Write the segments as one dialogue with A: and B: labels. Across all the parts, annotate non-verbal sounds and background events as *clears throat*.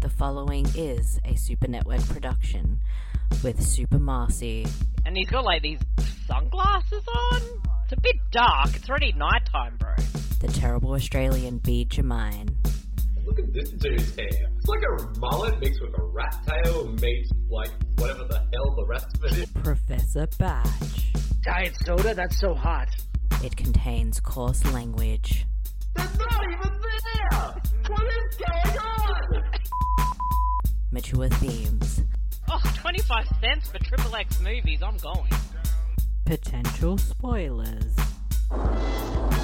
A: The following is a Super Network production with Super Marcy.
B: and he's got like these sunglasses on. It's a bit dark. It's already nighttime, bro.
A: The terrible Australian B. Jermine.
C: Look at this dude's hair. It's like a mullet mixed with a rat tail meets like whatever the hell the rest of it is.
A: Professor Batch.
D: Diet soda? That's so hot.
A: It contains coarse language.
C: That's not even there! What is going on?
A: mature themes,
B: Oh, 25 cents for Triple X movies. I'm going.
A: potential spoilers.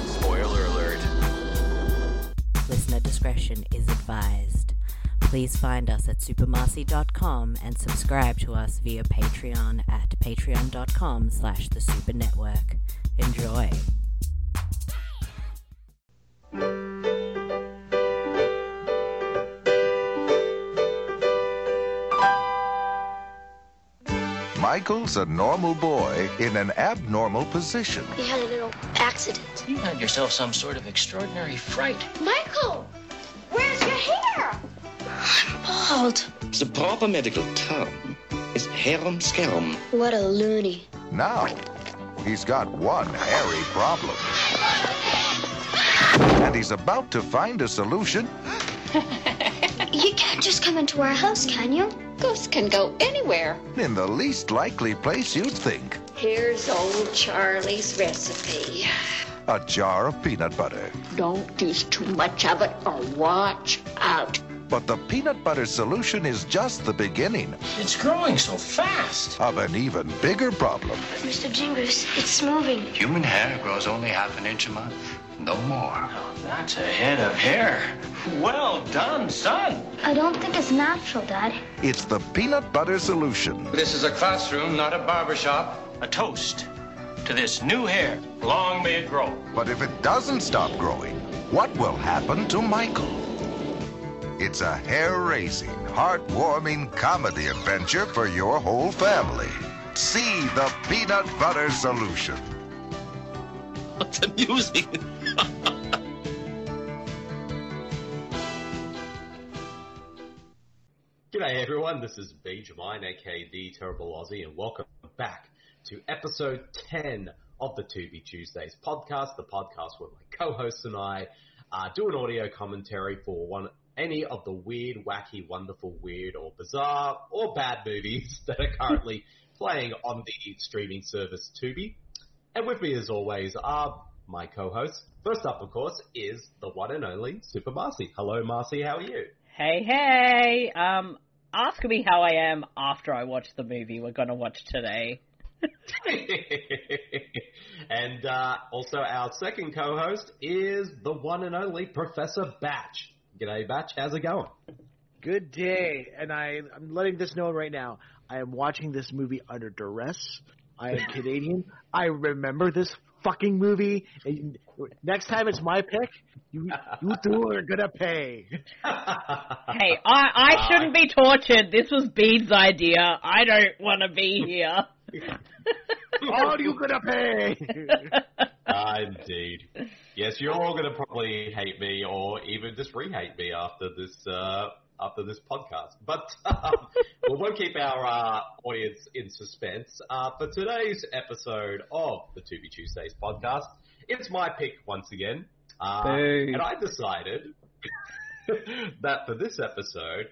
E: Spoiler alert.
A: Listener discretion is advised. Please find us at supermarcy.com and subscribe to us via Patreon at patreon.com slash the super network. Enjoy.
F: Michael's a normal boy in an abnormal position.
G: We had a little accident.
H: You had yourself some sort of extraordinary fright.
G: Michael, where's your hair? I'm bald.
I: The proper medical term is harum scarum.
G: What a loony.
F: Now, he's got one hairy problem. And he's about to find a solution
G: You can't just come into our house, can you? Ghosts can go anywhere.
F: in the least likely place you'd think
G: Here's old Charlie's recipe.
F: a jar of peanut butter.
G: Don't use too much of it or watch out.
F: But the peanut butter solution is just the beginning
H: It's growing so fast.
F: of an even bigger problem.
G: Mr. Jingles, it's moving.
H: Human hair grows only half an inch a month, no more. Oh, that's a head of hair. Well done, son.
G: I don't think it's natural, Dad.
F: It's the peanut butter solution.
H: This is a classroom, not a barber shop. A toast to this new hair. Long may it grow.
F: But if it doesn't stop growing, what will happen to Michael? It's a hair raising, heartwarming comedy adventure for your whole family. See the peanut butter solution.
I: What's amusing?
C: G'day everyone, this is Beach Mine, aka the Terrible Aussie, and welcome back to episode 10 of the To Be Tuesdays podcast, the podcast where my co-hosts and I uh, do an audio commentary for one any of the weird, wacky, wonderful, weird, or bizarre, or bad movies *laughs* that are currently playing on the streaming service Tubi. And with me, as always, are my co-hosts. First up, of course, is the one and only Super Marcy. Hello, Marcy. How are you?
B: Hey, hey. Um, ask me how I am after I watch the movie we're gonna watch *laughs* today.
C: *laughs* and uh, also our second co-host is the one and only Professor Batch. G'day, Batch. How's it going?
D: Good day. And I, I'm letting this know right now. I am watching this movie under duress. I am Canadian. I remember this fucking movie. And next time it's my pick, you, you two are gonna pay.
B: Hey, I, I shouldn't be tortured. This was Bede's idea. I don't want to be here.
D: All you gonna pay.
C: Ah, indeed. Yes, you're all going to probably hate me, or even just re-hate me after this uh, after this podcast. But um, we won't keep our uh, audience in suspense. Uh, for today's episode of the To Be Tuesdays podcast, it's my pick once again, uh, and I decided *laughs* that for this episode,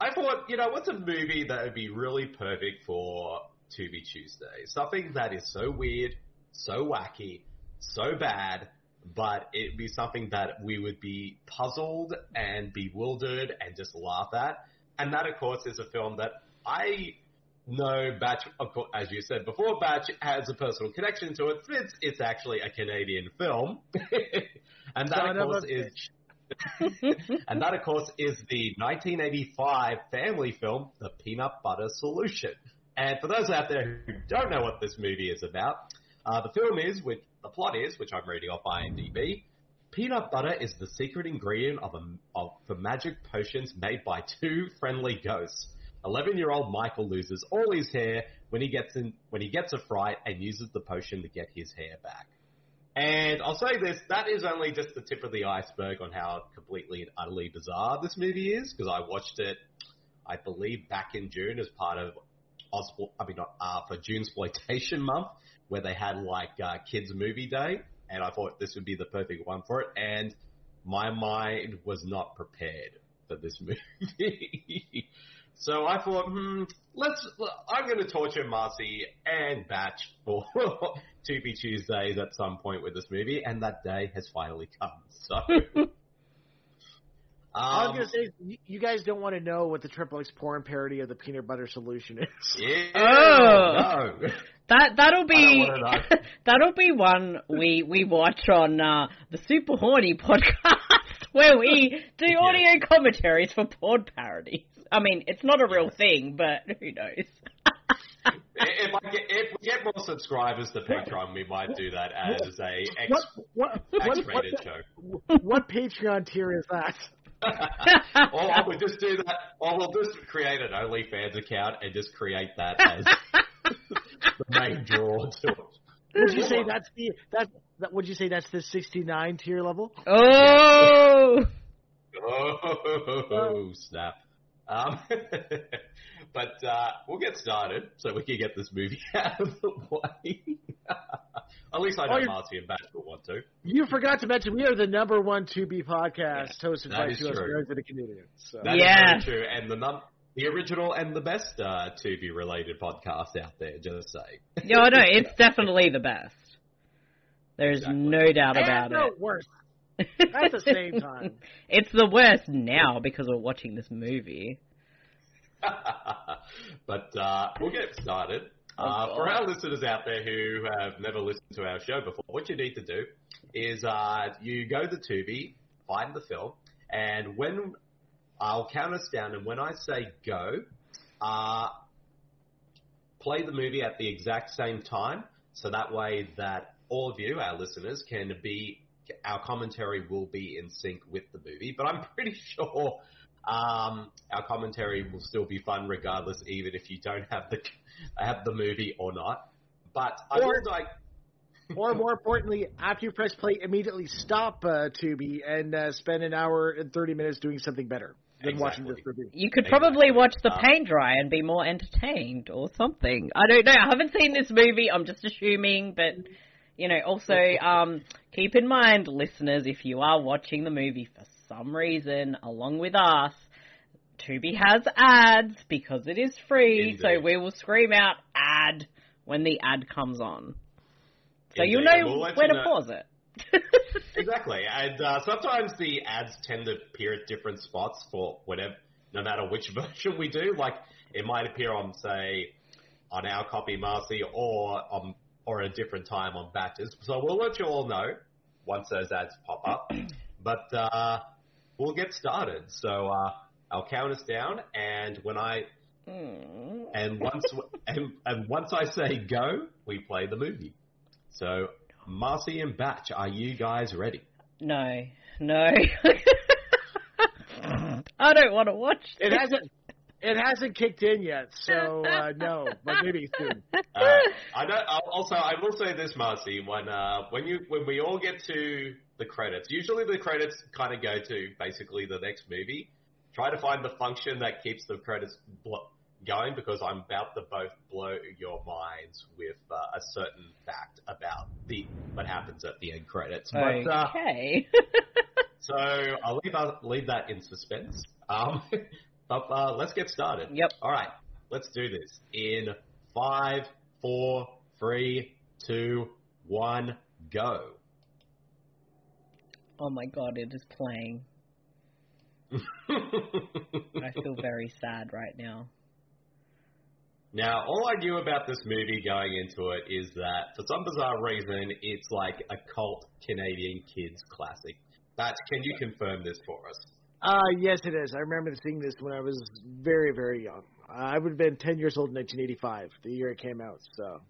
C: I thought, you know, what's a movie that would be really perfect for To Be Tuesday? Something that is so weird, so wacky, so bad, but it'd be something that we would be puzzled and bewildered and just laugh at. And that, of course, is a film that I know Batch, of course, as you said before, Batch has a personal connection to it since it's actually a Canadian film. *laughs* and that, of
D: Son of
C: course,
D: a
C: is and that, of course, is the 1985 family film, The Peanut Butter Solution. And for those out there who don't know what this movie is about, uh, the film is, which the plot is, which I'm reading off IMDb. Peanut butter is the secret ingredient of a of for magic potions made by two friendly ghosts. Eleven-year-old Michael loses all his hair when he gets in when he gets a fright and uses the potion to get his hair back. And I'll say this, that is only just the tip of the iceberg on how completely and utterly bizarre this movie is, because I watched it, I believe, back in June as part of Ospo- I mean, not uh, for June exploitation *laughs* month, where they had like uh, kids movie day, and I thought this would be the perfect one for it. And my mind was not prepared for this *laughs* movie, so I thought, hmm, let's. I'm going to torture Marcy and Batch for *laughs* To Be Tuesdays at some point with this movie, and that day has finally come. So.
D: All I
C: Um,
D: was gonna say, is y- you guys don't want to know what the triple X porn parody of the peanut butter solution is.
C: yeah,
B: Oh.
C: no.
B: That that'll be
C: I don't wanna know.
B: *laughs* that'll be one we we watch on uh, the Super Horny podcast *laughs* where we do audio commentaries for porn parodies. I mean, it's not a real thing, but *laughs* who knows?
C: if, I get, if we get more subscribers to Patreon, we might do that as a X,
D: What what what, what,
C: X-rated show.
D: what Patreon tier is that?
C: Or I would just do that. Or we'll just create an OnlyFans account and just create that as
D: *laughs*
C: the main draw to it.
D: Would you say that's the that, that would you say that's the sixty nine tier level?
B: oh,
C: Oh snap! Um, *laughs* but uh, we'll get started so we can get this movie *laughs* out of the way. *laughs* At least I know
D: Oh, you're-
C: Marcy and Batch will want to.
D: You forgot to mention we are the number one two B podcast hosted
C: that
D: by
C: is
D: two
C: true.
D: Australians and a Canadian. So
C: That is
B: Yeah.
C: very true. And the num- the original and the best uh, to be related podcast out there, just say.
B: no, no, it's definitely the best. There's
C: Exactly.
B: no doubt
D: And
B: about
D: no
B: it. *laughs*
D: worse at the same time.
B: It's the worst now because we're watching this movie.
C: *laughs* but uh, we'll get started. Uh, for our listeners out there who have never listened to our show before, what you need to do is uh, you go to Tubi, find the film, and when I'll count us down, and when I say go, uh, play the movie at the exact same time, so that way that all of you, our listeners, can be our commentary will be in sync with the movie. But I'm *laughs* pretty sure um, our commentary will still be fun regardless, even if you don't have the have the movie or not. But I
D: Or-
C: would like
D: Or more importantly, after you press play, immediately stop uh, Tubi and uh, spend an hour and thirty minutes doing something better than watching this
C: Exactly.
D: review.
B: You could
C: Exactly.
B: probably watch the
C: Um,
B: paint dry and be more entertained or something. I don't know. I haven't seen this movie. I'm just assuming, but you know,
C: *laughs*
B: also um, keep in mind, listeners, if you are watching the movie for some reason along with us, Tubi has ads because it is free, so
C: Indeed.
B: we will scream out ad when the ad comes on. So
C: Indeed,
B: you'll
C: and
B: know
C: we'll let
B: where
C: you
B: to
C: know-
B: pause it. *laughs*
C: Exactly, and uh, sometimes the ads tend to appear at different spots for whatever, no matter which *laughs* version we do. Like it might appear on, say, on our copy, Marcy, or on or at a different time on batches. So we'll let you all know once those ads pop up. But uh, we'll get started. So uh, I'll count us down, and when I
B: Mm.
C: and once and, and once I say go, we play the movie. So Marcy and Batch, are you guys ready?
B: No, no. *laughs* I don't want to watch
D: It hasn't it hasn't kicked in yet, so uh, no, but maybe soon.
C: Uh, I know. I'll- Also, I will say this, Marcy. When uh, when you when we all get to the credits, usually the credits kind of go to basically the next movie. Try to find the function that keeps the credits bl- going because I'm about to both blow your minds with uh, a certain fact about the what happens at the end credits. But uh, *laughs*
B: Okay.
C: so I'll leave that, leave that in suspense. Um, *laughs* but uh, let's get started.
B: Yep.
C: All right, let's do this in five, four, three, two, one, go.
B: Oh my god, it is playing.
C: *laughs*
B: I feel very sad right now.
C: now, all I knew about this movie going into it is that for some bizarre reason, it's like a cult Canadian kids classic. Batch, can you confirm this for us?
D: Uh, yes, it is. I remember seeing this when I was very, very young. I would have been ten years old in 1985, the year it came out.
C: *laughs*
D: So,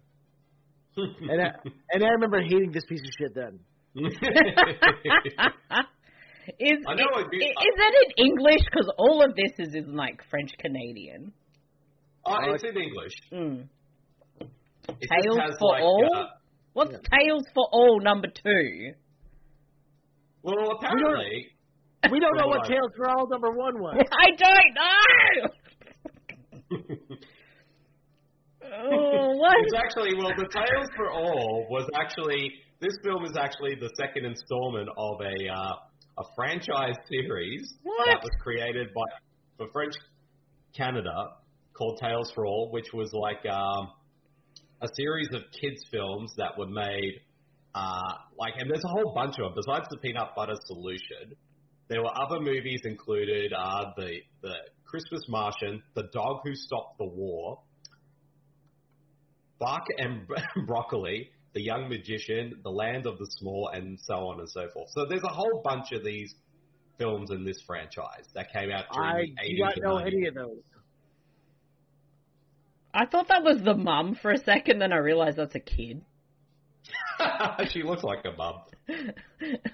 D: and I, and I remember hating this piece of shit then.
B: Is
C: I know
B: i-
C: it'd be-
B: i- is that in English? Because all of this is in like French Canadian.
C: oh, it's in English.
B: Mm.
C: It
B: Tales
C: just has
B: for
C: like,
B: all?
C: uh,
B: What's Tales for All number two?
C: Well, apparently,
D: We
C: *laughs*
D: don't know what
C: Right.
D: Tales for All number one was.
C: *laughs*
B: I don't know. oh, what?
C: It's actually well, the Tales for All was actually this film is actually the second installment of a uh, a franchise series that
B: What?
C: was created by for French Canada called Tales for All, which was like um, a series of kids films that were made uh, like and there's a whole bunch of them besides the Peanut Butter Solution. There were other movies included uh, the the Christmas Martian, The Dog Who Stopped the War, Buck and *laughs* Broccoli, The Young Magician, The Land of the Small, and so on and so forth. So there's a whole bunch of these films in this franchise that came out
D: I
C: during
D: do
C: the 80s
D: not
C: and
D: know
C: 90s. *laughs*
D: any of those.
B: I thought that was the mum for a second, then I realized that's a kid. *laughs*
C: she looks like a mum.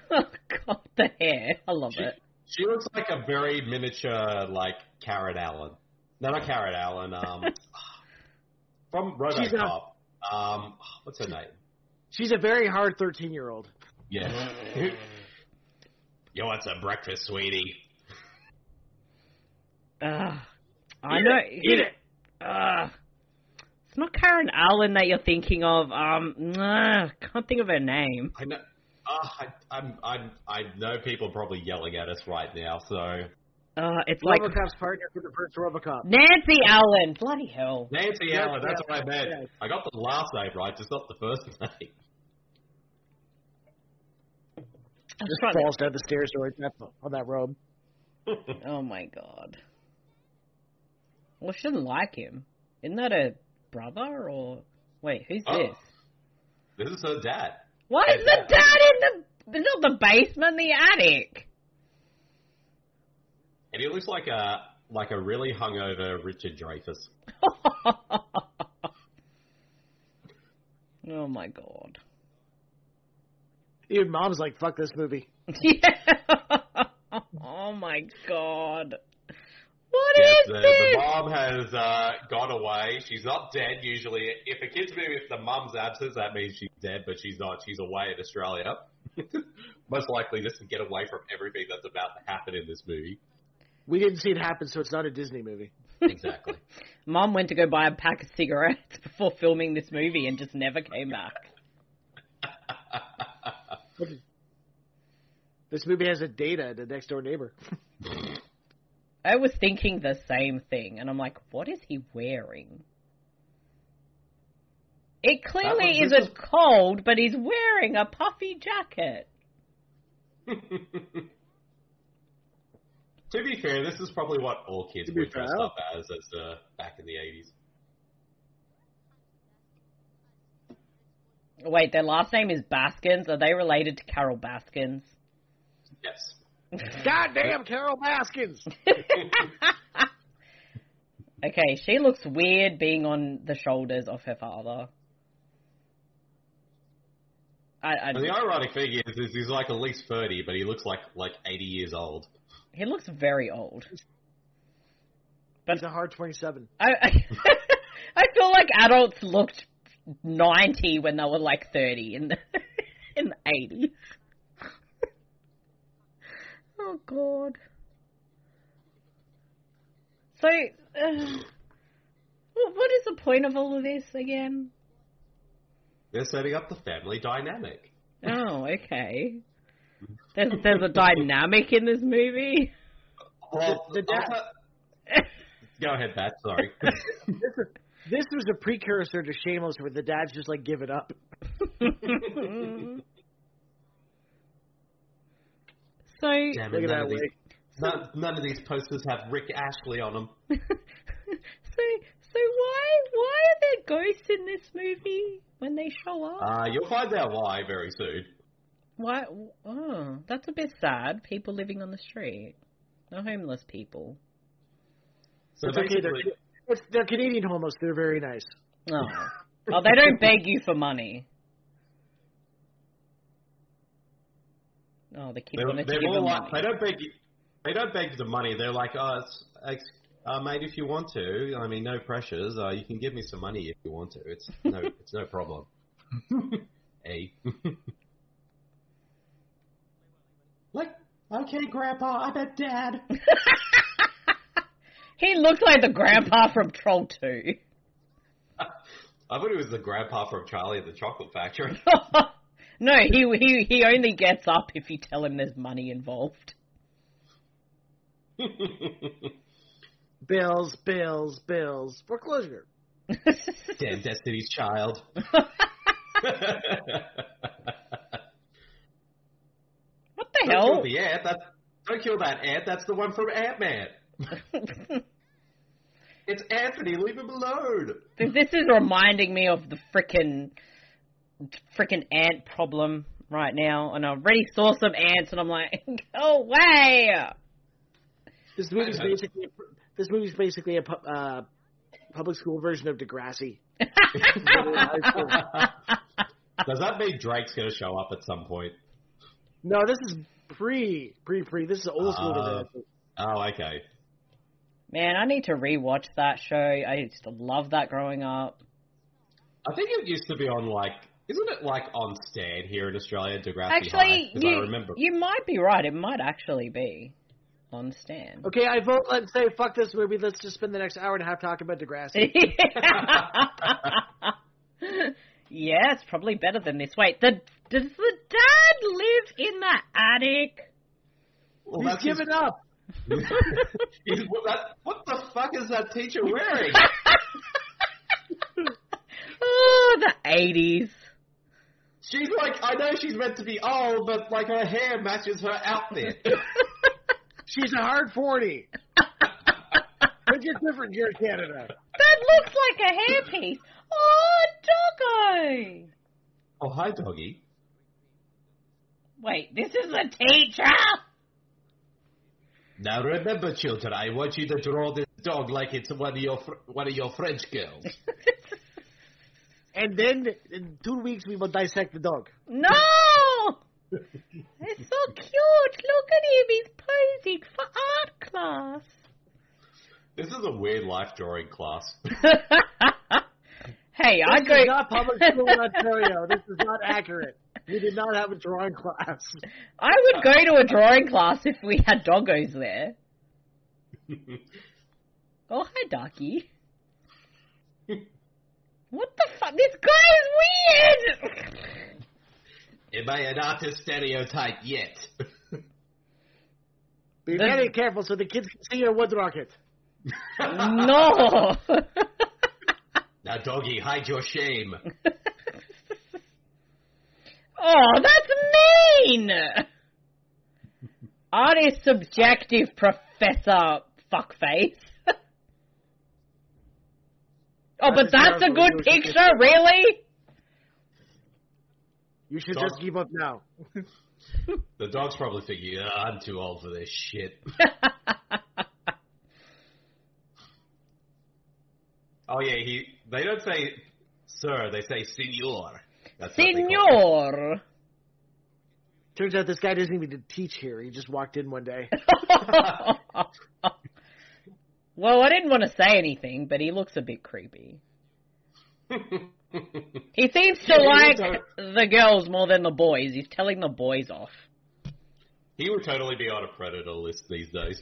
B: oh god, the hair. I love
C: She,
B: it.
C: she looks like a very miniature, like, Carrot Allen. No, not Carrot Allen.
D: *laughs*
C: Um, from
D: She's a-
C: RoboCop. Um, what's her name?
D: She's a very hard thirteen-year-old.
C: Yeah. *laughs* Yo, it's a breakfast, sweetie.
B: Ugh. I know. Eat it. Ugh. It's not Karen Allen that you're thinking of. Um, ugh, can't think of her name.
C: I know. Uh, I, I'm, I'm, I know people are probably yelling at us right now, so.
B: Uh, it's like
D: RoboCop's partner for the first
C: *laughs*
D: RoboCop.
B: Nancy Allen. Bloody hell.
C: Nancy
D: Yes,
C: Allen, that's what
D: yes,
C: I meant.
D: yes.
C: I got the last name right, just not the first *laughs* name.
B: I'm
D: Just
B: trying to-
D: falls down the stairs or on that robe.
B: Oh my god. Well, she doesn't like him. Isn't that a brother or wait? Who's
C: Oh.
B: this?
C: This is her dad.
B: Why is the dad in the not the basement, the attic? *laughs*
C: And he looks like a, like a really hungover Richard Dreyfuss.
B: oh my god.
D: Your mom's like, "Fuck this movie."
B: *laughs* Yeah. oh my god. What is
C: Yes, the, the
B: this?
C: mom has uh, gone away. She's not dead usually. If a kid's movie, if the mum's absent, that means she's dead, but she's not. She's away in Australia. *laughs* Most likely just to get away from everything that's about to happen in this movie.
D: We didn't see it happen, so it's not a Disney movie.
C: Exactly.
B: Mom went to go buy a pack of cigarettes *laughs* before filming this movie and just never came back.
D: This movie has a data, the next
C: *laughs*
D: door neighbor. *laughs*
B: I was thinking the same thing, and I'm like, what is he wearing? It clearly
C: was- this
B: isn't cold, but he's wearing a puffy jacket.
C: *laughs* to be fair, this is probably what all kids
D: To be
C: were dressed
D: fair.
C: up as, as uh, back in the 80s.
B: Wait, their last name is Baskins. Are they related to Carol Baskins?
C: Yes.
D: Goddamn, Carol Baskins!
B: Okay, she looks weird being on the shoulders of her father. I, I,
C: And the ironic thing is, is he's like at least 30, but he looks like like 80 years old.
B: he looks very old.
D: He's a hard twenty-seven.
B: I, *laughs* I, I feel like adults looked 90 when they were like 30 in the, *laughs* in the 80s. *laughs* Oh, God. So, uh, wh- what is the point of all of this again?
C: They're setting up the family dynamic.
B: Oh,
C: *laughs*
B: okay. There's, there's a dynamic in this movie.
C: Well,
D: The- the dad- *laughs*
C: I'll- Go ahead, Pat. Sorry.
D: This was a precursor to Shameless, where the dad's just like giving up.
B: So,
C: Damn it,
D: Look
C: none,
D: at that
C: of these,
D: wig.
C: none, none of these posters have Rick Ashley on them.
B: So, so why why are there ghosts in this movie when they show up?
C: Uh, you'll find out why very soon.
B: why? Oh, that's a bit sad. People living on the street, no homeless people.
C: So
D: It's okay. They're,
C: basically,
D: it's, they're Canadian homos. They're very nice.
B: Oh,
C: *laughs*
B: oh, they don't beg you for money. Oh, the kid
C: they're,
B: wanted to
C: they're
B: give
C: more
B: them
C: like they
B: money.
C: don't beg. They don't beg the money. They're like, oh, it's, ex- uh, mate, if you want to, I mean, *laughs*
D: *laughs*
C: no pressures. Uh, you can give me some money if you want to. It's no, it's no problem. A. like, okay, Grandpa, I'm at Dad.
B: He looked like the grandpa from Troll 2.
C: *laughs* I thought it was the grandpa from Charlie and the Chocolate
D: *laughs*
C: Factory.
B: *laughs* no, he, he he only gets up if you tell him there's money involved.
D: *laughs* Bills, bills, bills. Foreclosure.
C: Damn Destiny's Child.
B: What the
C: Don't kill
B: hell?
C: the ant. That's, don't kill that ant. That's the one from Ant
B: *laughs*
C: Man. it's Anthony. Leave him alone.
B: This is reminding me of the frickin' frickin' ant problem right now, and I already saw some ants, and I'm like, *laughs* go away!
D: This movie's basically this movie's basically a pu- uh, public school version of
C: *laughs*
D: Degrassi.
C: Does that mean Drake's going to show up at some point?
D: no, this is pre pre pre. This is old school
C: Uh,
D: Degrassi.
C: Oh, okay.
B: Man, I need to rewatch that show. I used to love that growing up.
C: I think it used to be on like, isn't it like on Stan here in Australia, Degrassi
B: Actually,
C: High? 'Cause I
B: you,
C: remember.
B: you might be right. It might actually be on Stan.
D: Okay, I vote. Let's say fuck this movie. Let's just spend the next hour and a half talking about Degrassi.
B: *laughs* yeah, it's probably better than this. Wait, the, does the dad live in the attic?
C: *laughs* Well,
D: He's
C: that's his-
D: given up.
C: he's- what, that- what the fuck is that teacher
B: *laughs*
C: wearing?
B: Oh, the eighties.
C: she's like, I know she's meant to be old, but like her hair matches her
B: *laughs*
C: outfit.
D: She's a hard forty. but you're different here in Canada.
B: That looks like a hairpiece. Oh, doggo.
C: oh, hi, doggy.
B: Wait, this is a teacher.
C: Now remember, children, I want you to draw this dog like it's one of your fr- one of your French *laughs* girls.
D: And then in two weeks we will dissect the dog.
B: No. It's so cute. Look at him. He's posing for art class.
C: this is a weird life drawing class. *laughs*
B: hey, I
D: This
B: go.
D: is not public school in Ontario. This is not accurate. We did not have a drawing class.
B: I would go to a drawing class if we had doggos *laughs* there. oh, hi, Ducky. what the fuck? This guy is *laughs* weird!
C: Am I an artist stereotype yet? *laughs*
B: Then-
D: Be very careful so the kids can see your wood rocket.
B: no!
C: now, doggy, hide your shame.
B: oh, that's mean! Art is subjective, Professor Fuckface. oh, but that's a good picture, really?
D: You should
C: Dog-
D: just give up now.
C: The dog's probably thinking, "Ah, I'm too old for this shit. *laughs* oh yeah, he. They don't say sir, they say senor. That's what they call him.
B: Senor!
D: Turns out this guy doesn't even teach here. He just walked in one *laughs* day.
B: well, I didn't want to say anything, but he looks a bit *laughs* creepy. he seems to like the girls more than the boys. He's telling the boys off. *laughs*
C: He would totally be on a predator list these days.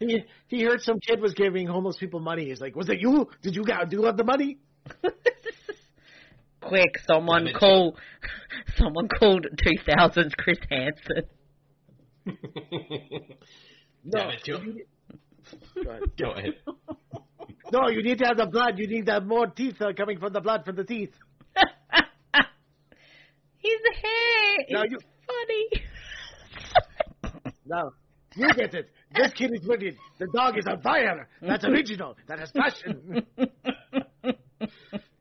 D: He, he heard some kid was giving homeless people money. He's like, "Was it you? Did you got do you have the money?"
B: Quick, someone
C: Damn it.
B: call *laughs* someone called 2000's Chris Hansen. *laughs*
C: Damn it, you.
D: Go ahead.
C: Go ahead.
D: No, you need to have the blood. You need to have more teeth uh, coming from the blood from the teeth.
B: His hair is
D: Now you-
B: funny.
D: No, you get it. This kid is wicked. The dog is on fire. That's original. That has passion.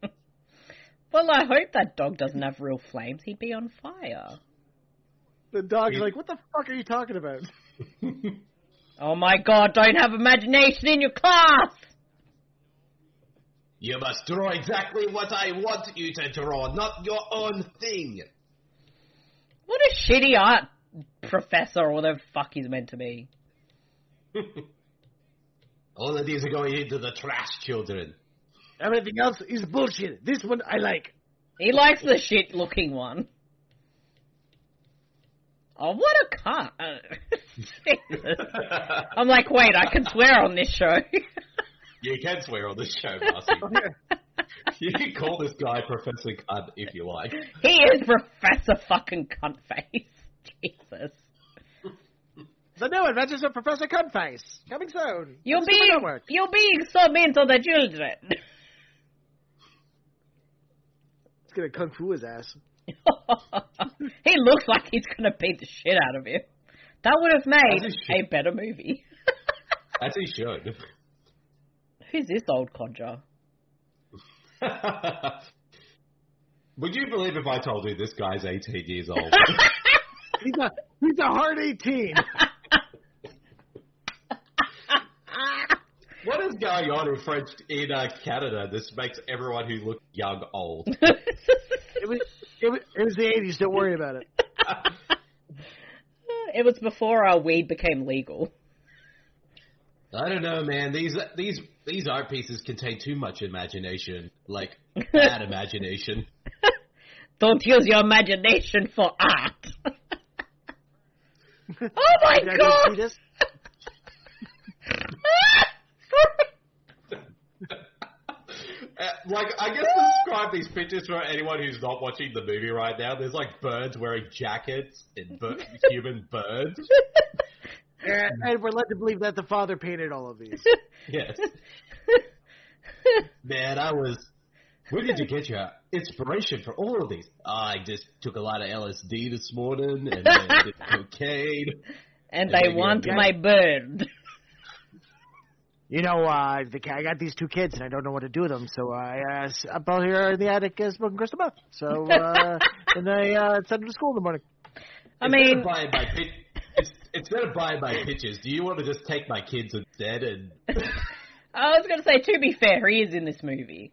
B: Well, I hope that dog doesn't have real flames. He'd be on fire.
D: *laughs* The dog is like, "What the fuck are you talking about?"
B: Oh my god, don't have imagination in your class!
C: You must draw exactly what I want you to draw, not your own thing.
B: What a shitty art professor or whatever the fuck he's meant to be.
C: All of these are going into the trash, children. *laughs*
D: Everything else is bullshit. This one I like.
B: He likes the shit looking one. Oh, what a
C: *laughs*
B: cunt. Jesus. I'm like, wait, I can swear on this show. *laughs*
C: You can swear on this show, Marcy. you can call this guy Professor Cunt if you like.
B: he is Professor fucking Cuntface. Jesus.
D: The new adventures of Professor Cudface. Coming soon.
B: You're
D: Super
B: being,
D: Network.
B: you're being so mean to the children. *laughs*
D: It's gonna kung fu his ass.
B: he looks like he's going to beat the shit out of you. That would have made
C: That's a
B: a
C: shit.
B: better movie.
C: As he should. *laughs*
B: Who's this old codger?
C: Would you believe if I told you this guy's 18 years old?
D: He's a he's a hard eighteen.
C: what is going on in French in uh, Canada? This makes everyone who looks young old.
D: It was it was, it was the eighties. Don't worry about it.
B: It was before our weed became legal.
C: I don't know, man. These these these art pieces contain too much imagination,
B: *laughs*
C: like bad imagination.
B: Don't use your imagination for art.
C: *laughs*
B: oh my
D: Did I go see
B: god!
D: this?
C: Uh, like, I guess to describe these pictures for anyone who's not watching the movie right now, there's like birds wearing jackets
B: *laughs*
C: and bir- human birds.
D: And, and we're led to believe that the father painted all of these.
B: *laughs*
C: Yes. Man, I was. Where did you get your inspiration for all of these? I just took a lot of LSD this morning and then
B: *laughs*
C: did cocaine.
B: and
C: Yeah,
B: I *laughs*
C: maybe
B: want
C: I'm
B: my bird.
D: You know, uh, the, ki- I got these two kids and I don't know what to do with them, so I uh, s- up out here in the attic uh, smoking crystal meth. So uh, and I uh, sent them to school in the morning.
B: I
C: instead
B: mean,
C: of buying my pic- it's- instead of buying my pitches, do you want to just take my kids instead? And
B: I was gonna say. To be fair, he is in this movie.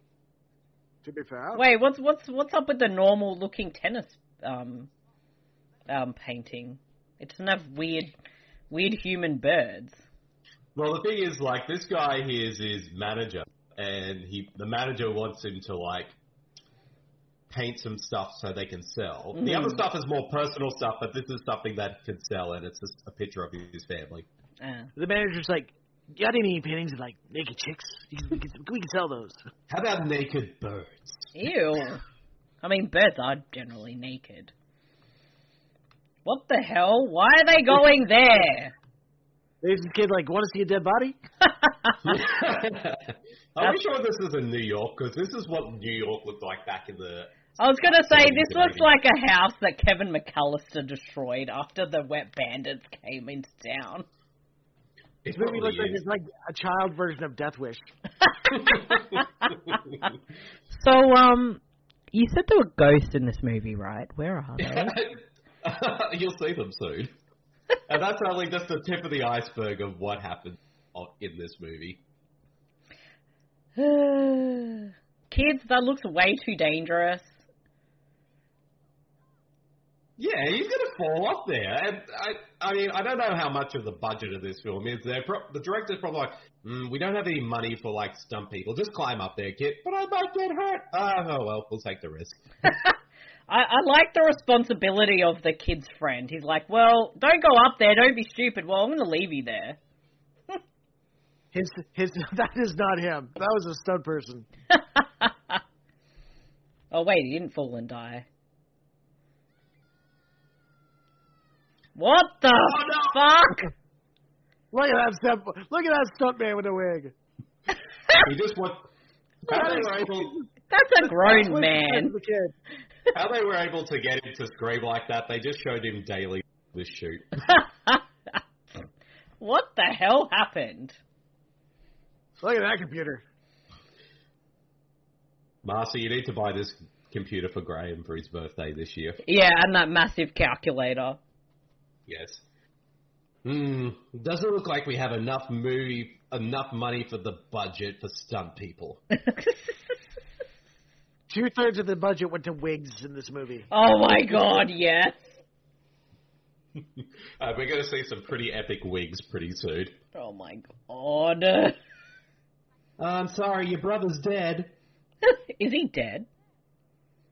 D: To be fair,
B: Wait, what's what's what's up with the normal looking tennis um um painting? It doesn't have weird weird human birds.
C: well, the thing is, like this guy here is his manager, and he the manager wants him to like paint some stuff so they can sell.
D: Mm-hmm.
C: The other stuff is more personal stuff, but this is something that can sell, and it's just a picture of his family.
B: Uh,
D: the manager's like, "You got any paintings of like naked chicks? You can- We can, we can sell those."
C: How about naked birds?
B: ew. I mean, birds are generally naked. What the hell? Why are they going there?
D: There's this kid like, "Want to see a dead body?"
C: Are we sure this is in New York? Because this is what New York looked like back in the
B: I was gonna say
C: Sorry,
B: this
C: good
B: looks
C: idea.
B: like a house that Kevin McAllister destroyed after the Wet Bandits came into town.
C: It
D: This
C: probably
D: movie looks like
C: is.
D: it's like a child version of Death Wish.
B: So, um, you said there were ghosts in this movie, right? Where are they?
C: *laughs* You'll see them soon. and that's only just the tip of the iceberg of what happened o- in this movie.
B: *laughs* Kids, that looks way too dangerous.
C: Yeah, he's going to fall off there. And I, I mean, I don't know how much of the budget of this film is. They're pro- the director's probably like, mm, we don't have any money for like stunt people. Just climb up there, kid. But I might get hurt. Uh, oh well, we'll take the risk.
B: I, I like the responsibility of the kid's friend. He's like, well, don't go up there, don't be stupid. Well, I'm gonna leave you there.
D: His his *laughs* that is not him. That was a stunt person.
B: Oh wait, he didn't fall and die. What the fuck?
D: Look at that stunt. Look at that stunt man with a wig.
C: He just want. How they, were able,
B: That's a grown
D: That's
B: man.
D: the kid.
C: how they were able to get him to scream like that, they just showed him daily this shoot.
B: What the hell happened?
D: Look at that computer.
C: Marcy, you need to buy this computer for Graham for his birthday this year.
B: Yeah, and that massive calculator.
C: Yes. Hmm. Doesn't look like we have enough movie, enough money for the budget for stunt people.
D: Two thirds of the budget went to wigs in this movie.
B: Oh my god, yes.
C: *laughs* Uh, we're going to see some pretty epic wigs pretty soon.
B: Oh my *laughs* god.
C: *laughs* I'm sorry, your brother's dead.
B: Is he dead?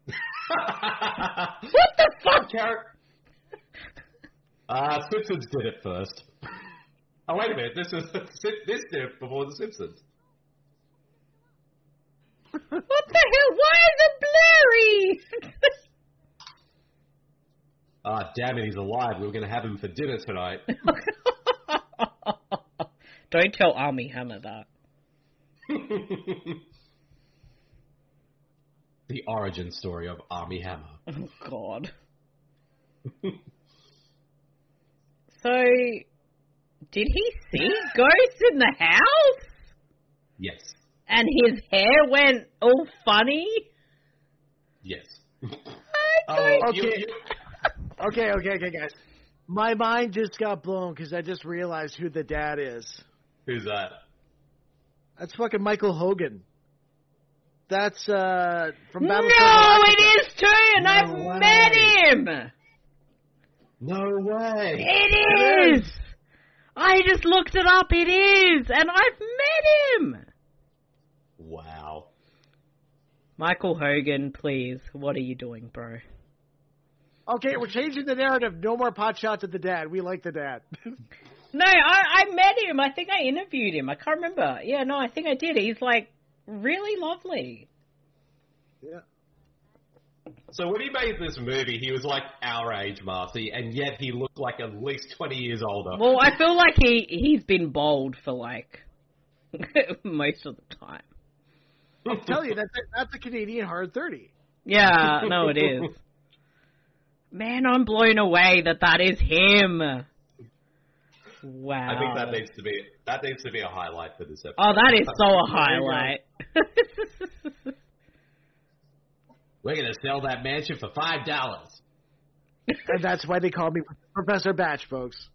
B: What the fuck?
C: Char- uh, Simpsons did it first. Oh wait a minute, this is this did it before the Simpsons.
B: What the hell? Why is it blurry? *laughs*
C: Ah, damn it, he's alive. We were going to have him for dinner *laughs* tonight.
B: Don't tell Army Hammer that.
C: the origin story of Army Hammer.
B: Oh God. *laughs* so, did he see ghosts in the house?
C: Yes,
B: And his hair went all funny.
C: yes.
B: I
C: Oh, you-
D: Okay.
C: you-
D: *laughs* Okay, okay, okay, guys. My mind just got blown because I just realized who the dad is.
C: *laughs* who's that?
D: That's fucking Michael Hogan. That's uh from
B: No,
D: Battle.
B: it is too, and
D: No
B: I've
D: way.
B: met him.
C: No way.
B: It is. I just looked it up. It is, and I've met him.
C: *laughs* Wow.
B: Michael Hogan, please. What are you doing, bro?
D: Okay, we're changing the narrative. No more pot shots at the dad. We like the dad. *laughs*
B: No, I, I met him. I think I interviewed him. I can't remember. Yeah, no, I think I did. He's like really lovely.
C: So when he made this movie, he was like our age, Marcy, and yet he looked like at least 20 years older.
B: Well, I feel like he he's been bold for like *laughs* most of the time.
D: I tell you, that's that's a Canadian hard thirty.
C: *laughs*
B: Yeah, no, it is. Man, I'm blown away that that is him. Wow.
C: I think that needs to be that needs to be a highlight for this episode.
B: oh, that is so a highlight. *laughs*
C: We're gonna sell that mansion for five dollars.
D: And that's why they call me Professor Batch, folks.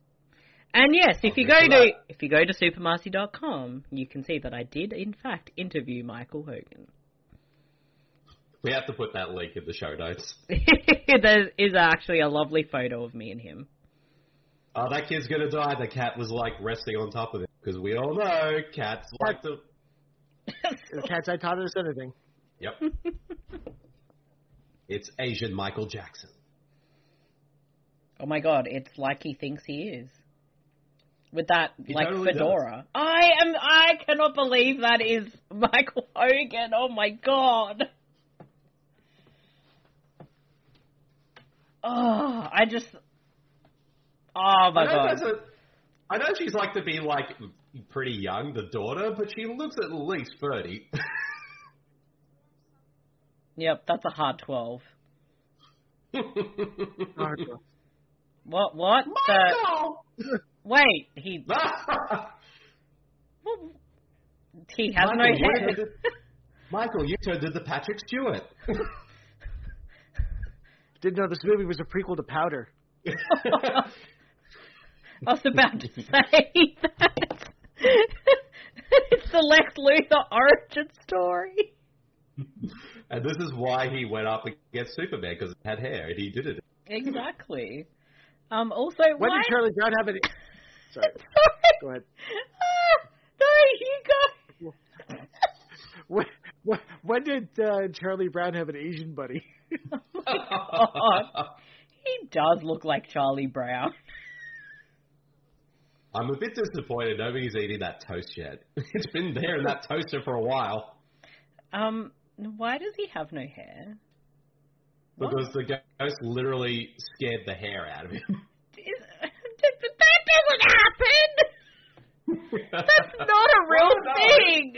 B: and yes, if you
C: thanks
B: go
C: for
B: to if you go to supermarcy.com, you can see that I did in fact interview Michael Hogan. *laughs*
C: We have to put that link in the show
B: *laughs*
C: notes.
B: there is actually a lovely photo of me and him.
C: Oh, that kid's gonna die. The cat was like resting on top of him because we all know cats like to.
D: The cat's eye taught us
B: *laughs*
D: anything.
C: Yep. it's Asian Michael Jackson.
B: Oh my god, it's like he thinks he is. With that
C: He
B: like
C: totally
B: fedora. I am I cannot believe that is *laughs* Michael Hogan. Oh my god. Oh, I just Oh my
C: I know,
B: god.
C: that's a- I know she's like to be like pretty young, the daughter, but she looks at least *laughs* thirty.
B: Yep, that's a hard 12. What what? The-
C: Michael!
B: wait, he
C: Uh, *laughs*
B: he has no
C: Michael, you
B: head.
C: turned it- Michael, you turned into Patrick Stewart. *laughs*
D: Didn't know this movie was a prequel to Powder.
B: *laughs* I was about to say that. *laughs* it's the Lex Luthor origin story.
C: and this is why he went up against Superman because it had hair and he did it.
B: Exactly. Um. Also,
D: When
B: why?
D: did Charlie Brown have any? Sorry,
B: Sorry.
D: go ahead.
B: Ah, no, you go.
D: When, when, when did uh, Charlie Brown have an Asian buddy?
B: God. He does look like Charlie Brown.
C: I'm a bit disappointed nobody's eating that toast yet. *laughs* It's been there in that toaster for a while
B: Um. Why does he have no hair?
C: because the ghost literally scared the hair out of him.
B: Is, that doesn't happen. That's not
D: *laughs*
B: a real
C: no.
B: thing.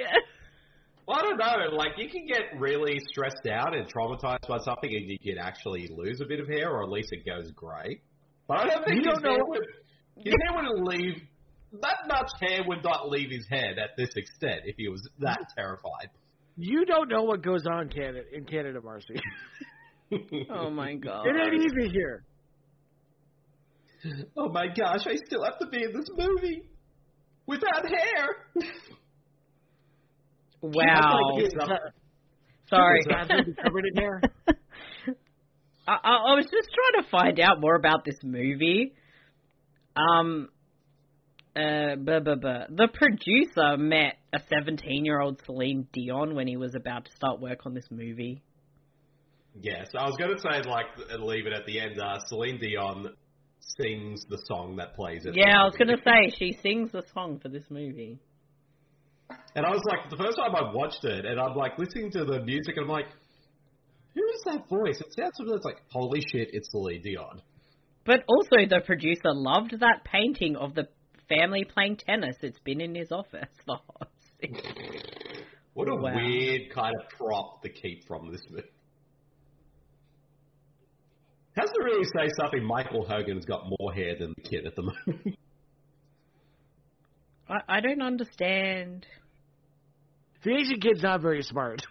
C: Well, I don't know. Like, you can get really stressed out and traumatized by something, and you can actually lose a bit of hair, or at least it goes grey. But I don't think
D: You
C: his
D: don't know-
C: hair would. His hair wouldn't leave. That much hair would not leave his head at this extent if he was that terrified.
D: You don't know what goes on Canada in Canada, Marcy.
B: Oh my god.
D: It ain't easy here.
C: Oh my gosh, I still have to be in this movie without hair.
B: Wow.
C: That's *laughs* like-
B: Sorry.
D: Is
B: *laughs*
D: that movie covered in hair?
B: I, I, I was just trying to find out more about this movie. Um, uh, buh, buh, buh. the producer met a 17 year old Celine Dion when he was about to start work on this movie.
C: Yes, I was going to say like and leave it at the end. Uh, Celine Dion sings the song that plays it.
B: Yeah, I was gonna say she sings the song for this movie.
C: And I was like, the first time I watched it, and I'm like listening to the music, and I'm like, who is that voice? It sounds familiar. It's like, holy shit, it's Celine Dion.
B: But also, the producer loved that painting of the family playing tennis. It's been in his office the whole season.
C: What a
B: Wow.
C: weird kind of prop to keep from this movie. Has to really say something. Michael Hogan's got more hair than the kid at the moment. *laughs*
B: I, I don't understand.
D: *laughs* The Asian kid's not very smart.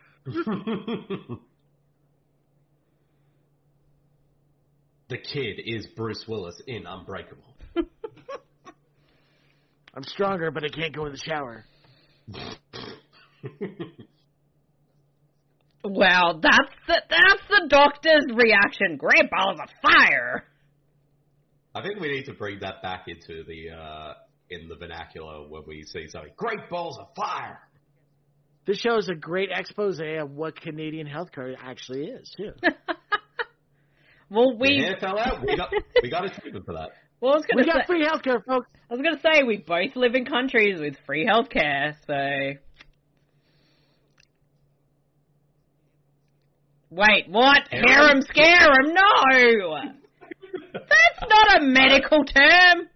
C: the kid is Bruce Willis in Unbreakable.
D: I'm stronger, but I can't go in the shower.
B: Wow, that's the that's the doctor's reaction. Grandpa was a fire.
C: I think we need to bring that back into the uh, in the vernacular when we see something. Great balls of fire.
D: This show is a great expose of what Canadian healthcare actually is, too.
B: Well,
C: We
B: we
C: hair fell out. We got we got a treatment for that.
B: well, I was gonna
D: we got
B: say,
D: free healthcare, folks.
B: I was gonna say we both live in countries with free healthcare, so. Wait, what? Harem
C: Harem?
B: scarum? No, that's not a medical term.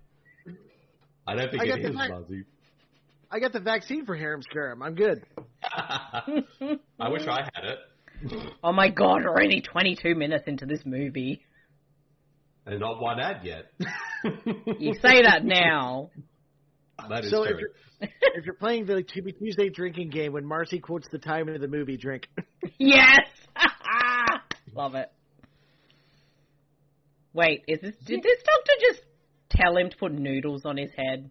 C: I don't think
D: I got
C: it
D: the
C: is,
D: fire-
C: Muzzy.
D: I got the vaccine for harem scarum. I'm good.
C: I wish I had it.
B: Oh my god, we're only 22 minutes into this movie.
C: And not one ad
D: *laughs*
C: yet.
B: You say that now.
C: *laughs* that is
D: So if
C: true.
D: you're- if you're playing the TV Tuesday drinking game, when Marcy quotes the time of the movie, drink.
B: Yes! *laughs* Love it. Wait, is this did this doctor just tell him to put noodles on his head?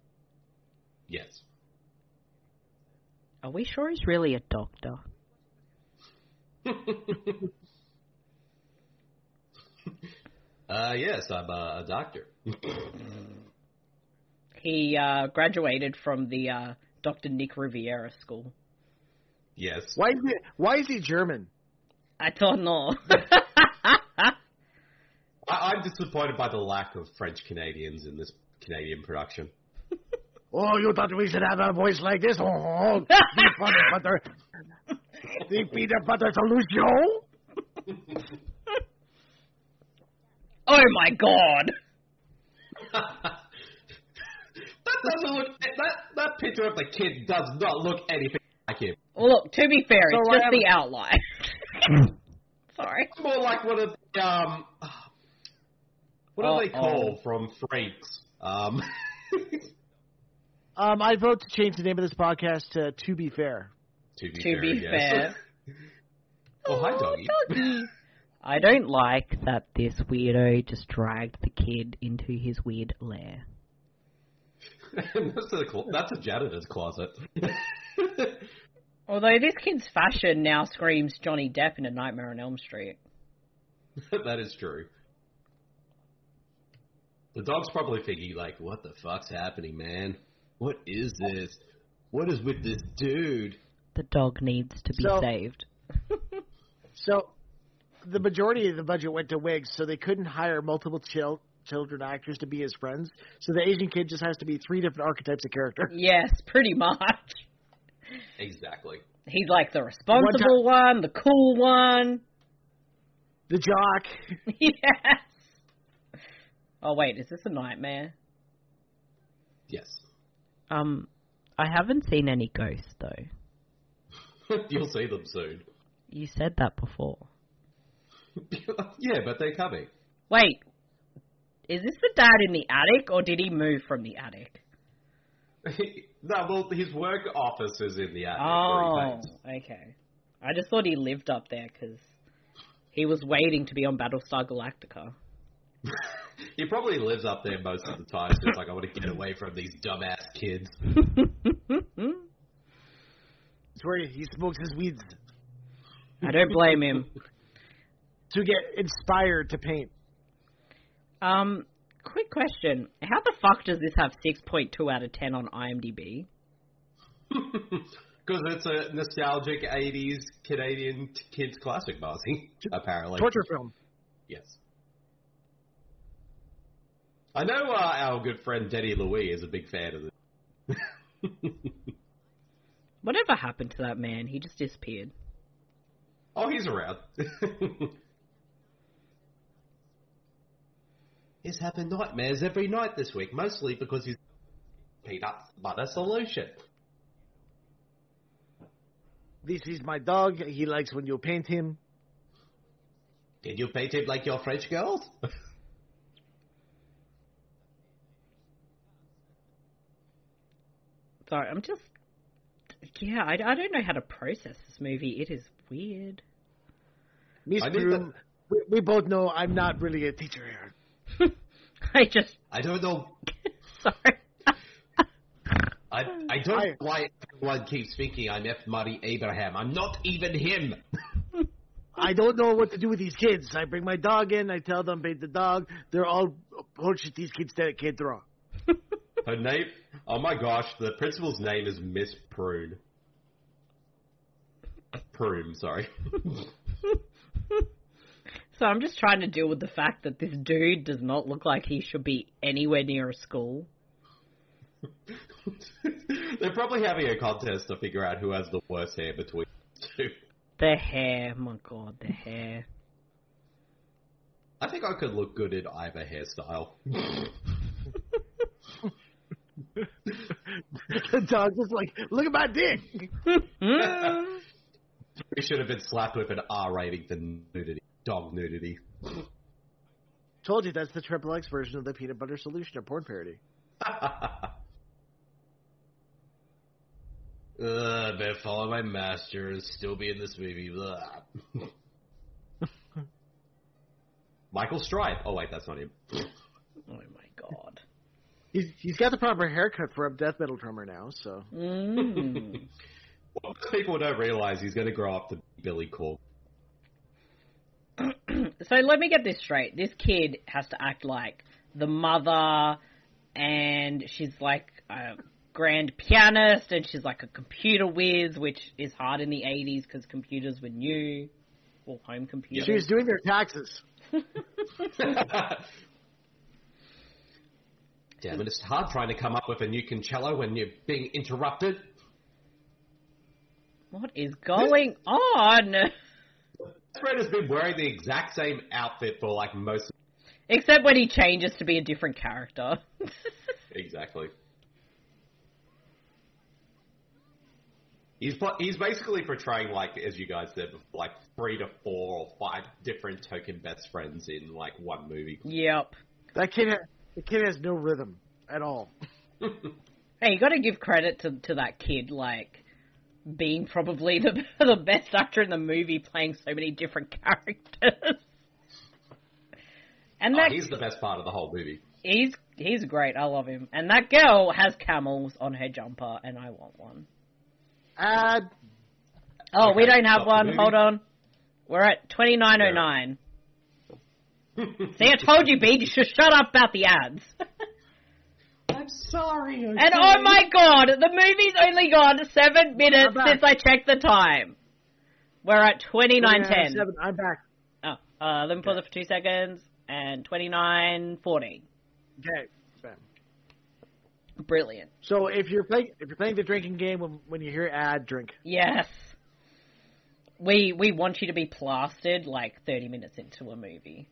C: Yes. *laughs*
B: Are we sure he's really a doctor?
C: Uh, yes, I'm a, a doctor.
B: He uh, graduated from the uh, Dr. Nick Riviera school.
C: Yes.
D: Why is he, why is he German?
B: I don't *laughs* know.
C: I, I'm disappointed by the lack of French Canadians in this Canadian production.
D: Oh, you thought we should have a voice like this? *laughs* Oh, the peanut butter, the peanut butter solution.
B: oh my god!
C: That doesn't look. That that picture of the kid does not look anything like him.
B: Look, to be fair,
D: So
B: it's
D: I
B: just
D: have-
B: the outline. *coughs* Sorry.
C: More like one of the um. *sighs* What are they
B: Uh-oh.
C: called from Franks? Um. *laughs*
D: Um, I vote to change the name of this podcast to "To Be Fair."
C: to be
B: To
C: fair,
B: be
C: yes. *laughs*
B: fair.
C: oh hi, doggy.
B: I don't like that this weirdo just dragged the kid into his weird lair.
C: *laughs* that's, a, clo- that's a janitor's closet. *laughs*
B: Although this kid's fashion now screams Johnny Depp in A Nightmare on Elm Street.
C: that is true. The dog's probably thinking, like, what the fuck's happening, man? What is this? What is with this dude?
B: The dog needs to be
D: So-
B: saved.
D: So, the majority of the budget went to wigs, so they couldn't hire multiple chil- children actors to be his friends. So the Asian kid just has to be three different archetypes of character.
B: Yes, pretty much.
C: Exactly.
B: He's like the responsible one, the cool one. *laughs*
D: The jock,
B: yes. Oh wait, is this a nightmare?
C: Yes. *laughs*
B: Um, I haven't seen any ghosts though.
C: You'll see them soon. *laughs*
B: You said that before.
C: yeah, but they're coming.
B: Wait, is this the dad in the attic or did he move from the attic?
C: *laughs* no, well, his work office is in the attic. where he
B: Oh,
C: paints.
B: okay. I just thought he lived up there because he was waiting to be on Battlestar Galactica.
C: He probably lives up there most of the time. So it's like, I want to get away from these dumbass kids. *laughs*
D: it's where he smokes his weeds
B: I don't blame him.
D: to get inspired to paint.
B: *laughs* Um, quick question: How the fuck does this have six point two out of ten on IMDb?
C: Because it's a nostalgic 80s Canadian t- kids classic, Marcy, apparently.
D: Torture film.
C: Yes. I know uh, our good friend Denny Louis is a big fan of this.
B: Whatever happened to that man? He just disappeared.
C: oh, he's around. *laughs* he's having nightmares every night this week, mostly because he's peanut butter solution.
D: This is my dog. He likes when you paint him.
C: Did you paint him like your French girls? *laughs*
B: Sorry, I'm just. Yeah, I, I don't know how to process this movie. It is weird. *laughs*
D: Miss
C: I need
D: Broom,
C: that-
D: we, we both know I'm not really a teacher here.
B: I just.
C: I don't know.
B: Sorry.
C: I, I don't
D: I-
C: know why everyone keeps thinking I'm F. Murray Abraham. I'm not even him. *laughs*
D: I don't know what to do with these kids. I bring my dog in. I tell them paint the dog. They're all Portuguese kids that can't draw. *laughs*
C: Her name? Oh my gosh, the principal's name is Miss Prune. Prune, sorry. *laughs*
B: So I'm just trying to deal with the fact that this dude does not look like he should be anywhere near a school.
C: *laughs* They're probably having a contest to figure out who has the worst hair between the two.
B: The hair, my god, the hair.
C: I think I could look good in either hairstyle. *laughs*
D: the dog was like, look at my dick.
C: *laughs* we should have been slapped with an R rating for nudity, dog nudity.
D: Told you that's the triple X version of the peanut butter solution, a porn parody.
C: Ugh, I better follow my master and still be in this movie. Blah. *laughs* Michael Stripe. Oh wait, that's not him. *laughs*
B: Oh my god.
D: He's, he's got the proper haircut for a death metal drummer now, so.
B: Mm.
C: Well, people don't realize he's going to grow up to be Billy Corgan. *laughs*
B: so let me get this straight. This kid has to act like the mother, and she's like a grand pianist, and she's like a computer whiz, which is hard in the 80s because computers were new. Well, home computers.
D: She was doing their taxes.
C: Damn it, it's hard trying to come up with a new Concello when you're being interrupted.
B: What is going on?
C: Fred has been wearing the exact same outfit for like most.
B: Except when he changes to be a different character. *laughs*
C: Exactly. He's pl- he's basically portraying like as you guys said, like three to four or five different token best friends in like one movie. Oh,
B: yep.
D: That kid, ha- the kid has no rhythm at all.
B: Hey, you got to give credit to to that kid, like being probably *laughs* the the best actor in the movie, playing so many different *laughs* characters. And
C: Oh,
B: that
C: he's the best part of the whole movie.
B: he's he's great. I love him. And that girl has camels on her jumper, and I want one.
D: Uh,
B: Oh, we
C: Okay,
B: don't have
C: stop the
B: one.
C: movie.
B: Hold on. We're at twenty nine oh nine. See, I told you, Bede, you should shut up about the ads. *laughs*
C: I'm sorry.
B: And oh my god, the movie's only gone seven minutes
D: I'm back.
B: since I checked the time. We're at twenty nine ten.
D: seven, I'm back.
B: Oh, uh, let me pause it for two seconds. And twenty nine forty.
D: Okay. Bam.
B: Brilliant.
D: So if you're playing, if you're playing the drinking game, when, when you hear ad, drink.
B: Yes. We we want you to be plastered like thirty minutes into a movie.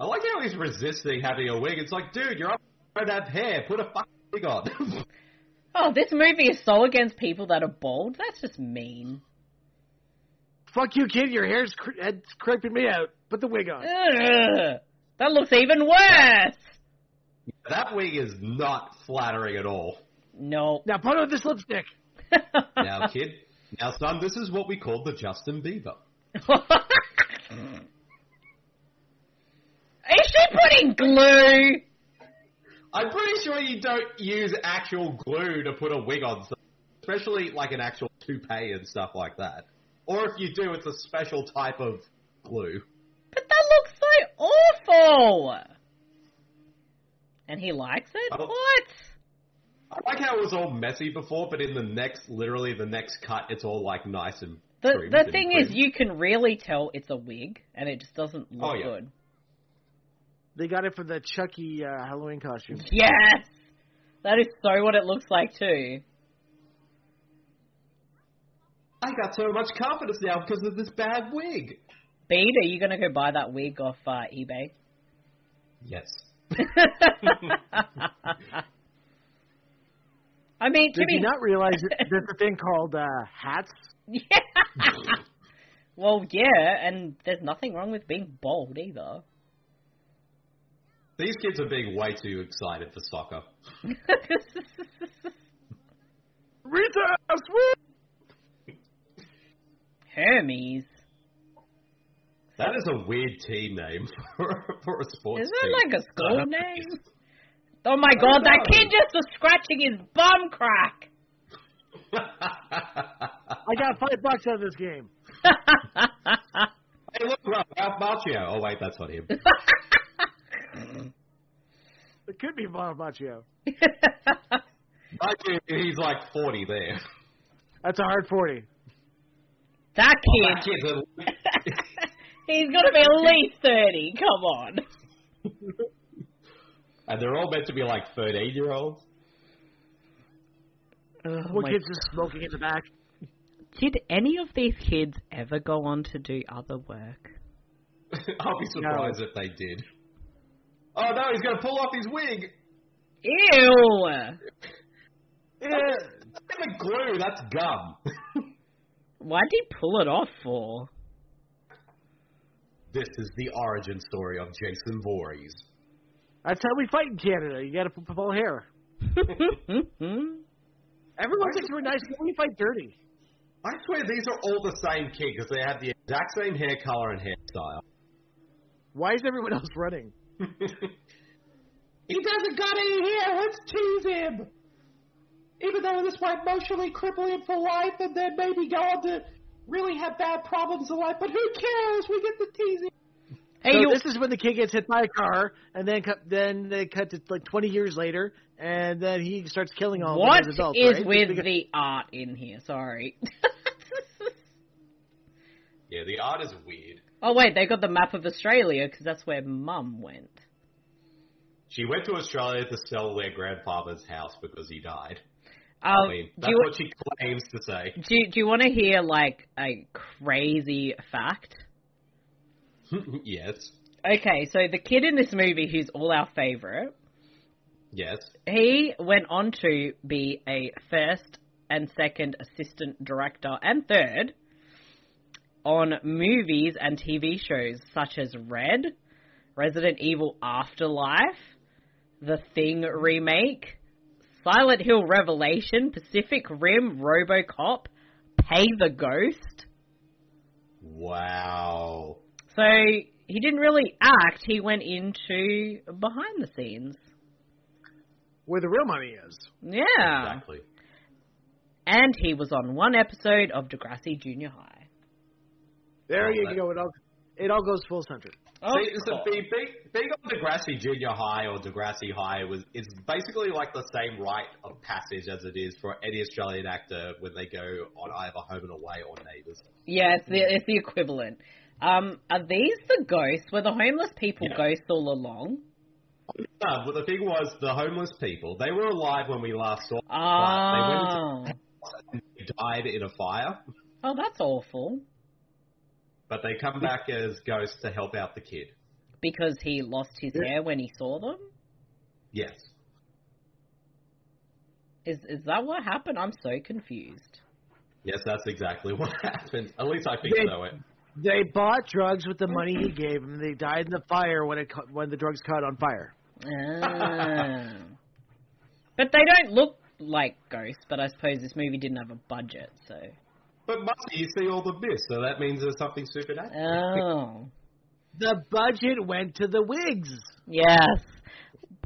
C: I like how he's resisting having a wig. It's like, dude, you're up. Don't have hair. Put a fucking wig on. *laughs*
B: Oh, this movie is so against people that are bald. That's just mean.
D: Fuck you, kid. Your hair's cr- head's creeping me out. Put the wig on.
B: Ugh. That looks even worse.
C: that wig is not flattering at all.
B: No. *laughs*
D: Now put on this lipstick.
C: Now, kid. Now, son, this is what we call the Justin Bieber.
B: *laughs* Is she putting glue?
C: I'm pretty sure you don't use actual glue to put a wig on, so- especially like an actual toupee and stuff like that. Or if you do, it's a special type of glue.
B: But that looks so awful. And he likes it?
C: Oh. I don't-
B: What?
C: I like how it was all messy before, but in the next, literally the next cut, it's all like nice and.
B: The
C: trimmed
B: the
C: and
B: thing
C: clean.
B: is, you can really tell it's a wig, and it just doesn't look
C: Oh, yeah.
B: good.
D: They got it for the Chucky uh, Halloween costume.
B: Yes, that is so what it looks like too.
C: I got so much confidence now because of this bad wig.
B: Bede, are you gonna go buy that wig off uh, eBay?
C: Yes.
B: I mean, to
D: Did
B: be
D: you not realize that there's a thing called uh, hats?
B: *laughs* Yeah. well, yeah, and there's nothing wrong with being bald either.
C: These kids are being way too excited for soccer.
D: Rita,
B: Hermes.
C: That is a weird team name *laughs* for, for a sports
B: Is
C: team.
B: that like a
C: Uh,
B: school name? Oh my god, that
C: know.
B: kid just was scratching his bum crack.
C: *laughs*
D: I got five bucks out of this game.
C: hey, look, Ralph, Ralph Macchio. Oh, wait, that's not him.
D: It could be Bonamaccio.
C: Mind you, he's like 40 there.
D: That's a hard forty.
B: that
C: That
B: kid,
C: kid's a-
B: he's got to be at least 30. Come on.
C: and they're all meant to be like 13 year olds.
D: One kid's just smoking in the back.
B: Did any of these kids ever go on to do other work?
C: *laughs* I'll be surprised if they did. Oh, no, he's going to pull off his wig.
B: Ew!
C: That's not even glue, that's gum. *laughs*
B: Why'd he pull it off for?
C: this is the origin story of Jason Voorhees.
D: That's how we fight in Canada. You got to put full hair.
B: Hmm?
D: Everyone thinks we're nice, but we fight dirty.
C: I swear these are all the same kid because they have the exact same hair color and hairstyle.
D: Why is everyone *laughs* else running?
C: He doesn't got any hair. Let's tease him. Even though this might emotionally cripple him for life, and then maybe go on to really have bad problems in life. But who cares? We get to tease him.
B: Hey,
D: so
B: you,
D: this is when the kid gets hit by a car, and then cut, then they cut to like 20 years later, and then he starts killing all
B: what
D: those adults.
B: is
D: Oh, right? Just
B: with
D: because-
B: the art in here? Sorry. *laughs*
C: Yeah, the art is weird.
B: oh, wait, they got the map of Australia because that's where Mum went.
C: She went to Australia to sell their grandfather's house because he died.
B: Um,
C: I mean,
B: do,
C: that's
B: you,
C: what she claims to say. *laughs*
B: do, you- do you want to hear, like, a crazy fact?
C: yes,
B: Okay, so the kid in this movie who's all our favourite,
C: yes.
B: he went on to be a first and second assistant director and third on movies and TV shows such as Red, Resident Evil Afterlife, The Thing remake, Silent Hill Revelation, Pacific Rim, RoboCop, Pay the Ghost.
C: Wow.
B: So he didn't really act, he went into behind the scenes.
D: where the real money is.
B: Yeah.
C: Exactly.
B: and he was on one episode of Degrassi Junior High.
D: There
C: Oh,
D: you
C: that-
D: go. It all it all goes full center.
B: Oh,
C: See, so being, being, being on Degrassi Junior High or Degrassi High was it's basically like the same rite of passage as it is for any Australian actor when they go on either Home and Away or Neighbours.
B: yeah, it's the, it's the equivalent. Um, are these the ghosts? Were the homeless people
C: Yeah.
B: ghosts all along?
C: No, Uh, but the thing was, the homeless people they were alive when we last saw them, but
B: Oh,
C: they went and died in a fire,
B: oh, that's awful
C: but they come back as ghosts to help out the kid.
B: because he lost his hair when he saw them.
C: Yes,
B: Is is that what happened? I'm so
C: *laughs*
B: confused.
C: yes, that's exactly *laughs* what happened. At least I think
D: They-
C: so. It,
D: They bought drugs with the money
E: *clears throat*
D: he gave them. They died in the fire when it caught, when the drugs caught on fire.
B: Ah. but they don't look like ghosts. But I suppose this movie didn't have a budget,
C: *laughs*
B: so
C: but Musty, you see all the mist, so that means there's something supernatural.
B: oh.
D: The budget went to the wigs.
B: Yes.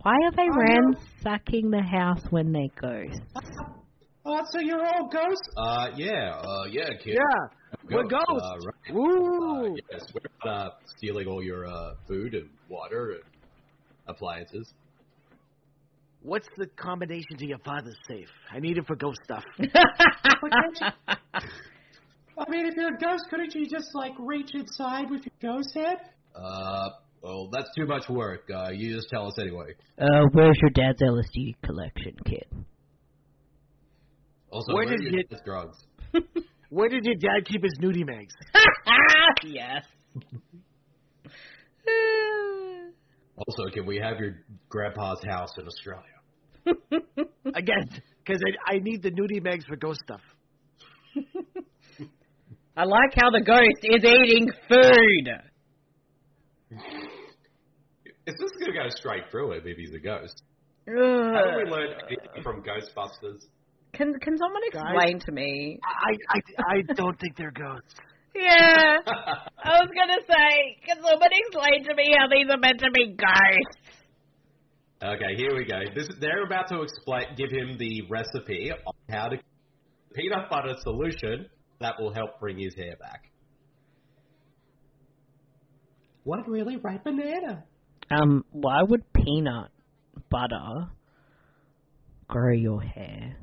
B: Why are they ransacking the house when they ghost?
C: Oh, so you're all ghosts? Uh, yeah, uh, yeah, kid.
D: Yeah, we're
C: Ghosts,
D: ghosts.
C: uh, right.
D: Woo!
C: Uh, yes, we're uh, stealing all your uh, food and water and appliances.
D: What's the combination to your father's safe? I need it for ghost
E: *laughs*
D: stuff.
E: I mean, if you're a ghost, couldn't you just like reach inside with your ghost head?
C: Uh, well, that's too much work. Uh, you just tell us anyway.
A: Uh, where's your dad's LSD collection, kid?
C: Also,
D: Where
C: where,
D: did
C: did
D: you-
C: you get drugs?
D: Where did your dad keep his nudie mags?
B: yes.
C: Also, can we have your grandpa's house in Australia?
D: Again, because I, I need the nudie mags for ghost stuff.
B: I like how the ghost is eating food.
C: Is this going to go straight through him if he's a ghost?
D: Uh,
C: How do we
B: Ugh.
C: learn anything from Ghostbusters?
B: Oh, Can can someone explain to me?
D: I, I, I don't think they're ghosts.
B: *laughs* Yeah, I was gonna say, can someone explain to me how these are meant to be ghosts?
C: Okay, here we go. This they're about to explain, give him the recipe on how to peanut butter solution that will help bring his hair back.
E: One really ripe banana.
A: Um, why would peanut butter grow your hair?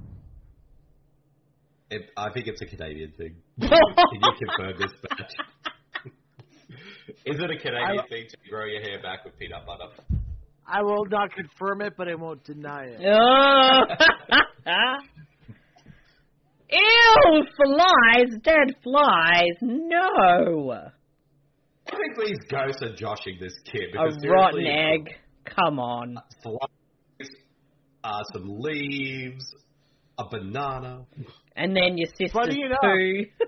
C: It, I think it's a Canadian
E: *laughs*
C: thing. Can you confirm this? Matt? Is it a Canadian thing to grow your hair back with peanut butter?
D: I will not confirm it, but I won't deny it.
B: Oh. Ew, flies, dead flies. No.
C: I think these ghosts are joshing this kid.
B: A
C: Because
B: rotten
C: seriously,
B: egg. Come on.
C: Flies, uh, some leaves, a banana.
B: And then your sister's
D: Funny enough-
B: poo. *laughs*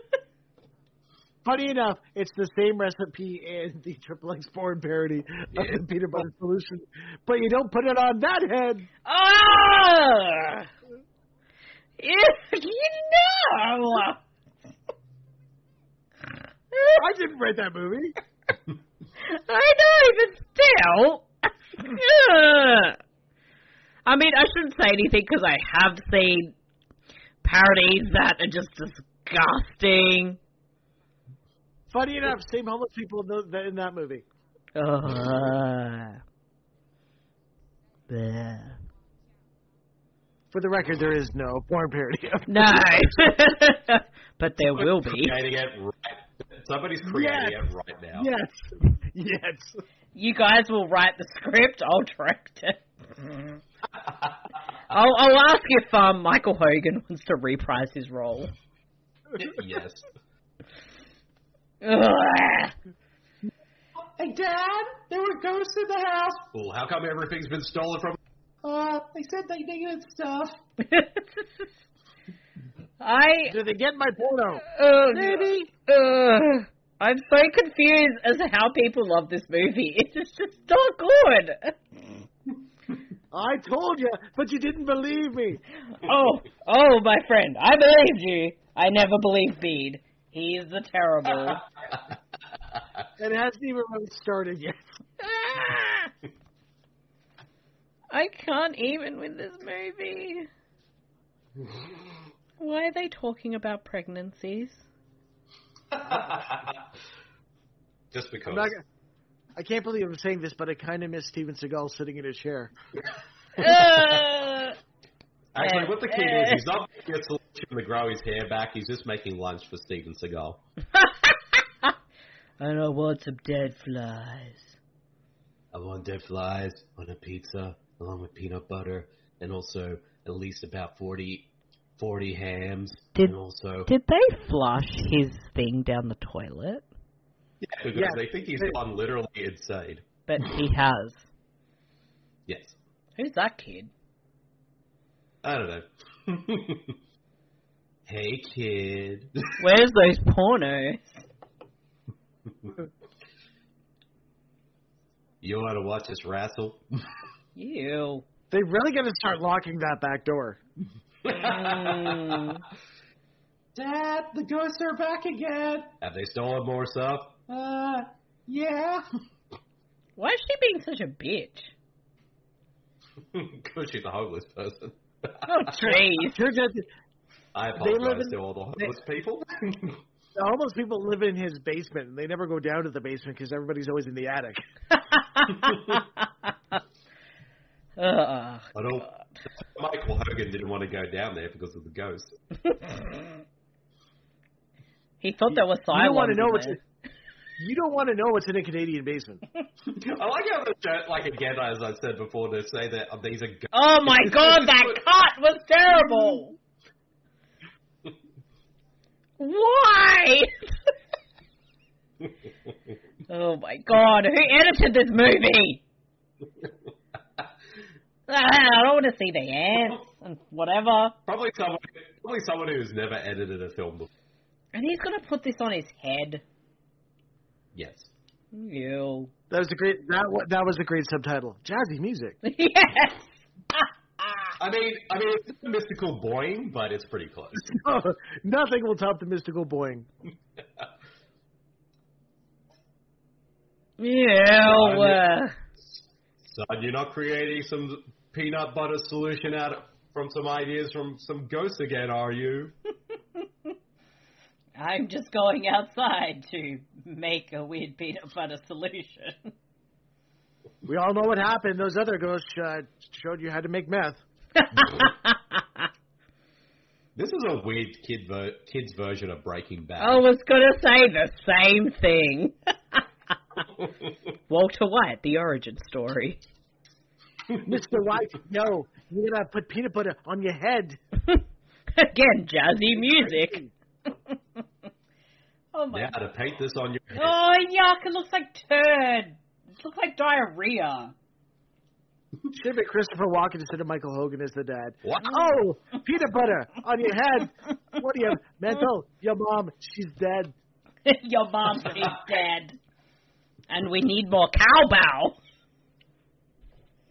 D: Funny enough, it's the same recipe in the Triple X Born parody of the peanut butter solution, but you don't put it on that head.
B: oh! Ew, *laughs* you know!
D: I didn't write that movie.
B: I know, but still. *laughs* Ugh. I mean, I shouldn't say anything because I have seen parodies that are just disgusting.
D: Funny enough, same homeless people in, tho- in that movie. Uh-huh.
A: Ugh. Bleh.
D: For the record, there is no porn parody of
B: No. *laughs* but there will be.
C: Creating it right. Somebody's creating it right now.
D: *laughs* Yes. Yes.
B: You guys will write the script, I'll direct it. *laughs* I'll, I'll ask if um, Michael Hogan wants to reprise his role.
C: yes.
E: Uh,
B: Ugh.
E: Hey, Dad, there were ghosts in the house.
C: Well, how come everything's been stolen from? *laughs*
E: Uh, they said they needed stuff.
B: *laughs* I
D: Did they get my porno?
B: Ugh. Ugh. I'm so confused as to how people love this movie. It is just not good.
D: I told you, but you didn't believe me.
B: Oh, oh, my friend, I believed you. I never believed Bede. He's the terrible.
D: It hasn't even really started yet.
B: Ah! I can't even with this movie. Why are they talking about pregnancies?
C: Just because.
D: I'm not, gonna- I can't believe I'm saying this, but I kind of miss Steven Seagal sitting in a chair.
B: Ugh.
C: Actually, what the kid
B: Eh,
C: is,
B: eh.
C: he's
D: *laughs*
C: not making a solution to grow his hair back. He's just making lunch for Steven Seagal.
A: And I want some dead flies.
C: I want dead flies on a pizza, along with peanut butter, and also at least about 40, 40 hams.
A: Did-
C: and also
A: Did they flush his thing down the toilet?
C: because
D: yeah.
C: they think he's gone literally insane.
A: But he has.
C: Yes,
B: Who's that kid?
C: I don't know. *laughs* hey kid,
B: Where's those pornos?
C: you want to watch us wrestle?
B: Ew.
D: They really got to start locking that back door.
E: Dad, the ghosts are back again.
C: Have they stolen more stuff? *laughs*
E: Uh, yeah.
B: *laughs* Why is she being such a bitch?
C: Because she's a homeless person. *laughs*
B: Oh, jeez.
D: Turns out the
C: I
D: They live
C: apologize to
D: in-
C: all the homeless
D: *laughs*
C: people.
D: the homeless people live in his basement, and they never go down to the basement because everybody's always in the attic.
B: Ugh. uh.
C: I don't Michael Hogan didn't want to go down there because of the ghost.
B: He thought there was
D: You
B: Cylons.
D: don't want to know
B: in
D: what's.
B: there.
D: You don't want to know what's in a Canadian basement.
C: I like how they don't, like again, as I said before, to say that oh, these are ghosts. *laughs*
B: Oh my god, that cut was terrible. Why? oh my god, who edited this movie? *laughs* Ah, I don't want to see the ants and whatever.
C: Probably someone, probably someone who's never edited a film before.
B: And he's gonna put this on his head.
C: Yes.
B: Ew.
D: That was the great. That wa- that was the great subtitle. Jazzy music. *laughs*
B: yes.
C: I mean, I mean, it's just a mystical boing, but it's pretty close.
D: Nothing will top the mystical boing.
B: Ew. uh,
C: Son, you're not creating some peanut butter solution out of, from some ideas from some ghosts again, are you?
B: I'm just going outside to make a weird peanut butter solution.
D: We all know what happened. Those other ghosts uh, showed you how to make *laughs* meth.
C: This is a weird kid ver- kids version of Breaking Bad.
B: *laughs* I was gonna say the same thing. Walter White, the origin story. *laughs*
D: Mr. White, no, you're gonna put peanut butter on your head.
B: Again, jazzy music. oh my
C: Now to paint this on your head.
B: Oh yuck, it looks like turd. It looks like diarrhea. *laughs*
D: Should have been Christopher Walken instead of Michael Hogan as the dad.
C: What?
D: Oh, peanut butter on your head. What do you have? *laughs* Mental, your mom, she's dead.
B: Your mom's dead. And we need more cowbell.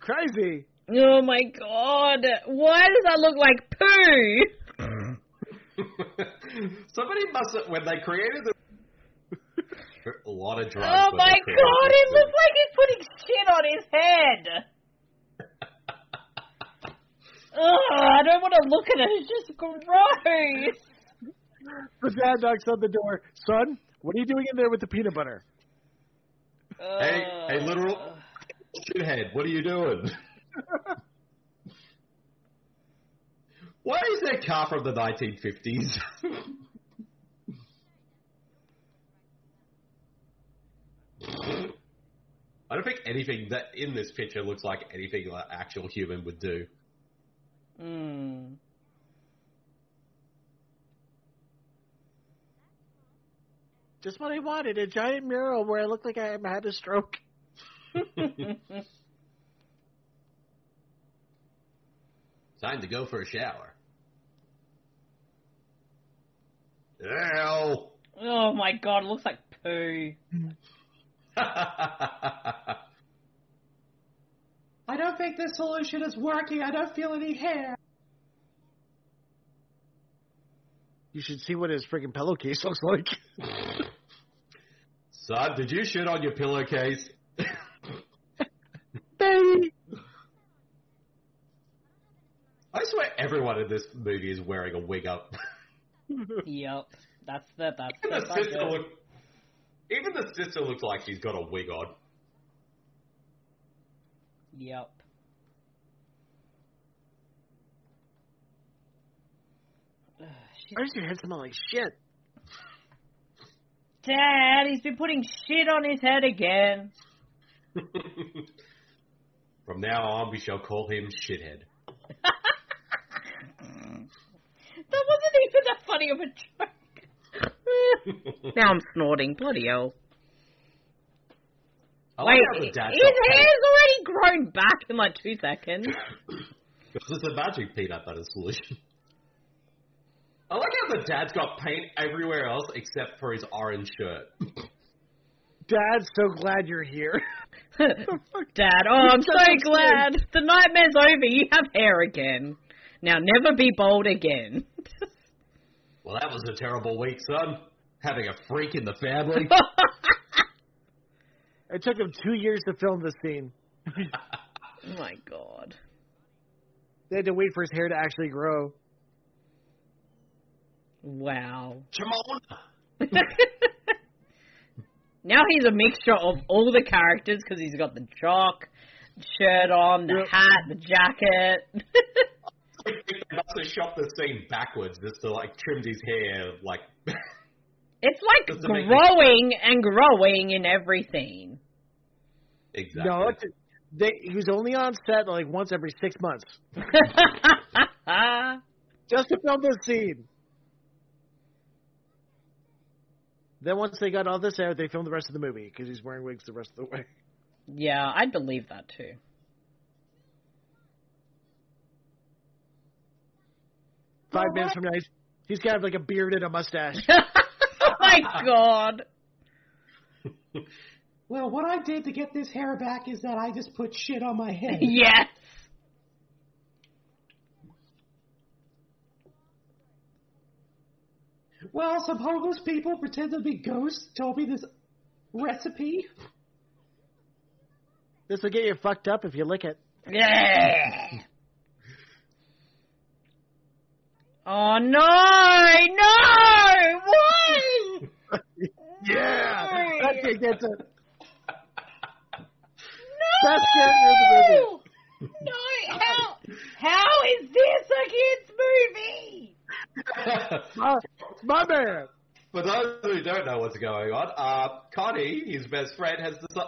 D: Crazy.
B: Oh my god. Why does that look like poo?
C: *laughs* Somebody must have, when they created the *laughs* a lot of drugs.
B: Oh
C: when
B: my
C: they created
B: god,
C: this
B: it looks like he's putting shit on his
C: *laughs*
B: head. Ugh, I don't want to look at it. It's just gross.
D: The dad knocks on the door. Son, what are you doing in there with the peanut butter?
B: Ugh.
C: Hey, hey, literal shithead, what are you doing? Why is that car from the 1950s? I don't think anything that in this picture looks like anything an actual human would do.
B: Mm.
D: Just what I wanted a giant mural where I look like I had a stroke.
C: Time to go for a shower. Ew.
B: Oh my god, it looks like poo.
E: I don't think this solution is working. I don't feel any hair.
D: You should see what his freaking pillowcase *laughs* looks like.
C: *laughs* Son, did you shit on your pillowcase?
D: Baby.
C: I swear everyone in this movie is wearing a wig up. *laughs*
B: yep, that's the that's
C: Even
B: the
C: the sister,
B: budget.
C: look, even the sister looks like she's got a wig on.
B: Yep. Ugh, she's-
D: Why does your head smell like shit?
B: Dad, he's been putting shit on his head again.
C: From now on, we shall call him Shithead.
B: That wasn't even that funny of a
C: *laughs*
B: joke. now I'm snorting. Bloody hell.
C: I
B: Wait,
C: like how the
B: his
C: dad
B: hair's
C: got paid
B: already grown back in like two seconds.
C: because it's a magic peanut butter solution. *laughs* I like how the dad's got paint everywhere else except for his orange shirt.
D: Dad's so glad you're here. *laughs*
B: Dad, *laughs* oh, I'm
D: He's
B: so
D: so
B: glad. The nightmare's over. You have hair again. Now never be bald again.
C: Well, that was a terrible week, son. Having a freak in the family.
D: It took him two years to film this scene.
B: *laughs* Oh my god.
D: They had to wait for his hair to actually grow.
B: Wow.
C: Jamona.
B: now he's a mixture of all the characters because he's got the jock, shirt on, the
D: Yep.
B: hat, the jacket. *laughs*
C: They must have shot the scene backwards just to like trimmed his hair like *laughs*
B: It's like
C: That's amazing.
B: growing and growing in everything.
C: exactly.
D: No, it's, they, he was only on set like once every six months just to film this scene. Then once they got all this out, they filmed the rest of the movie because he's wearing wigs the rest of the way.
B: yeah, I believe that too.
D: Five minutes from now, he's, he's kind of like a beard and a mustache.
B: oh *laughs* my god.
E: Well, what I did to get this hair back is that I just put shit on my head.
B: Yes.
E: Well, some homeless people pretend to be ghosts told me this recipe.
D: this will get you fucked up if you lick it.
B: Yeah. Oh no! No! Why?
D: Yeah,
B: Hey.
D: that thing gets it.
B: No!
D: Best character in the movie.
B: No! How? How is this a kids' movie?
D: My, my man.
C: For those who don't know what's going on, uh, Connie, his best friend, has this.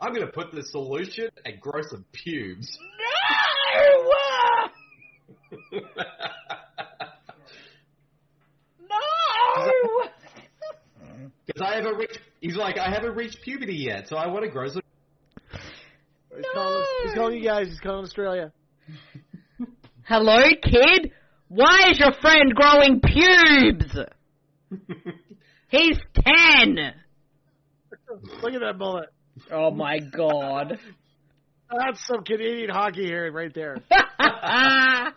C: I'm going to put this solution and grow some pubes. *laughs*
B: No! No!
C: Because I haven't reached. He's like, I haven't reached puberty yet, so I want to grow some.
D: He's calling, he's calling you guys. He's calling Australia.
B: Hello, kid. Why is your friend growing pubes? He's ten.
D: Look at that bullet.
B: Oh my god.
D: That's some Canadian hockey here right *laughs* there.
B: I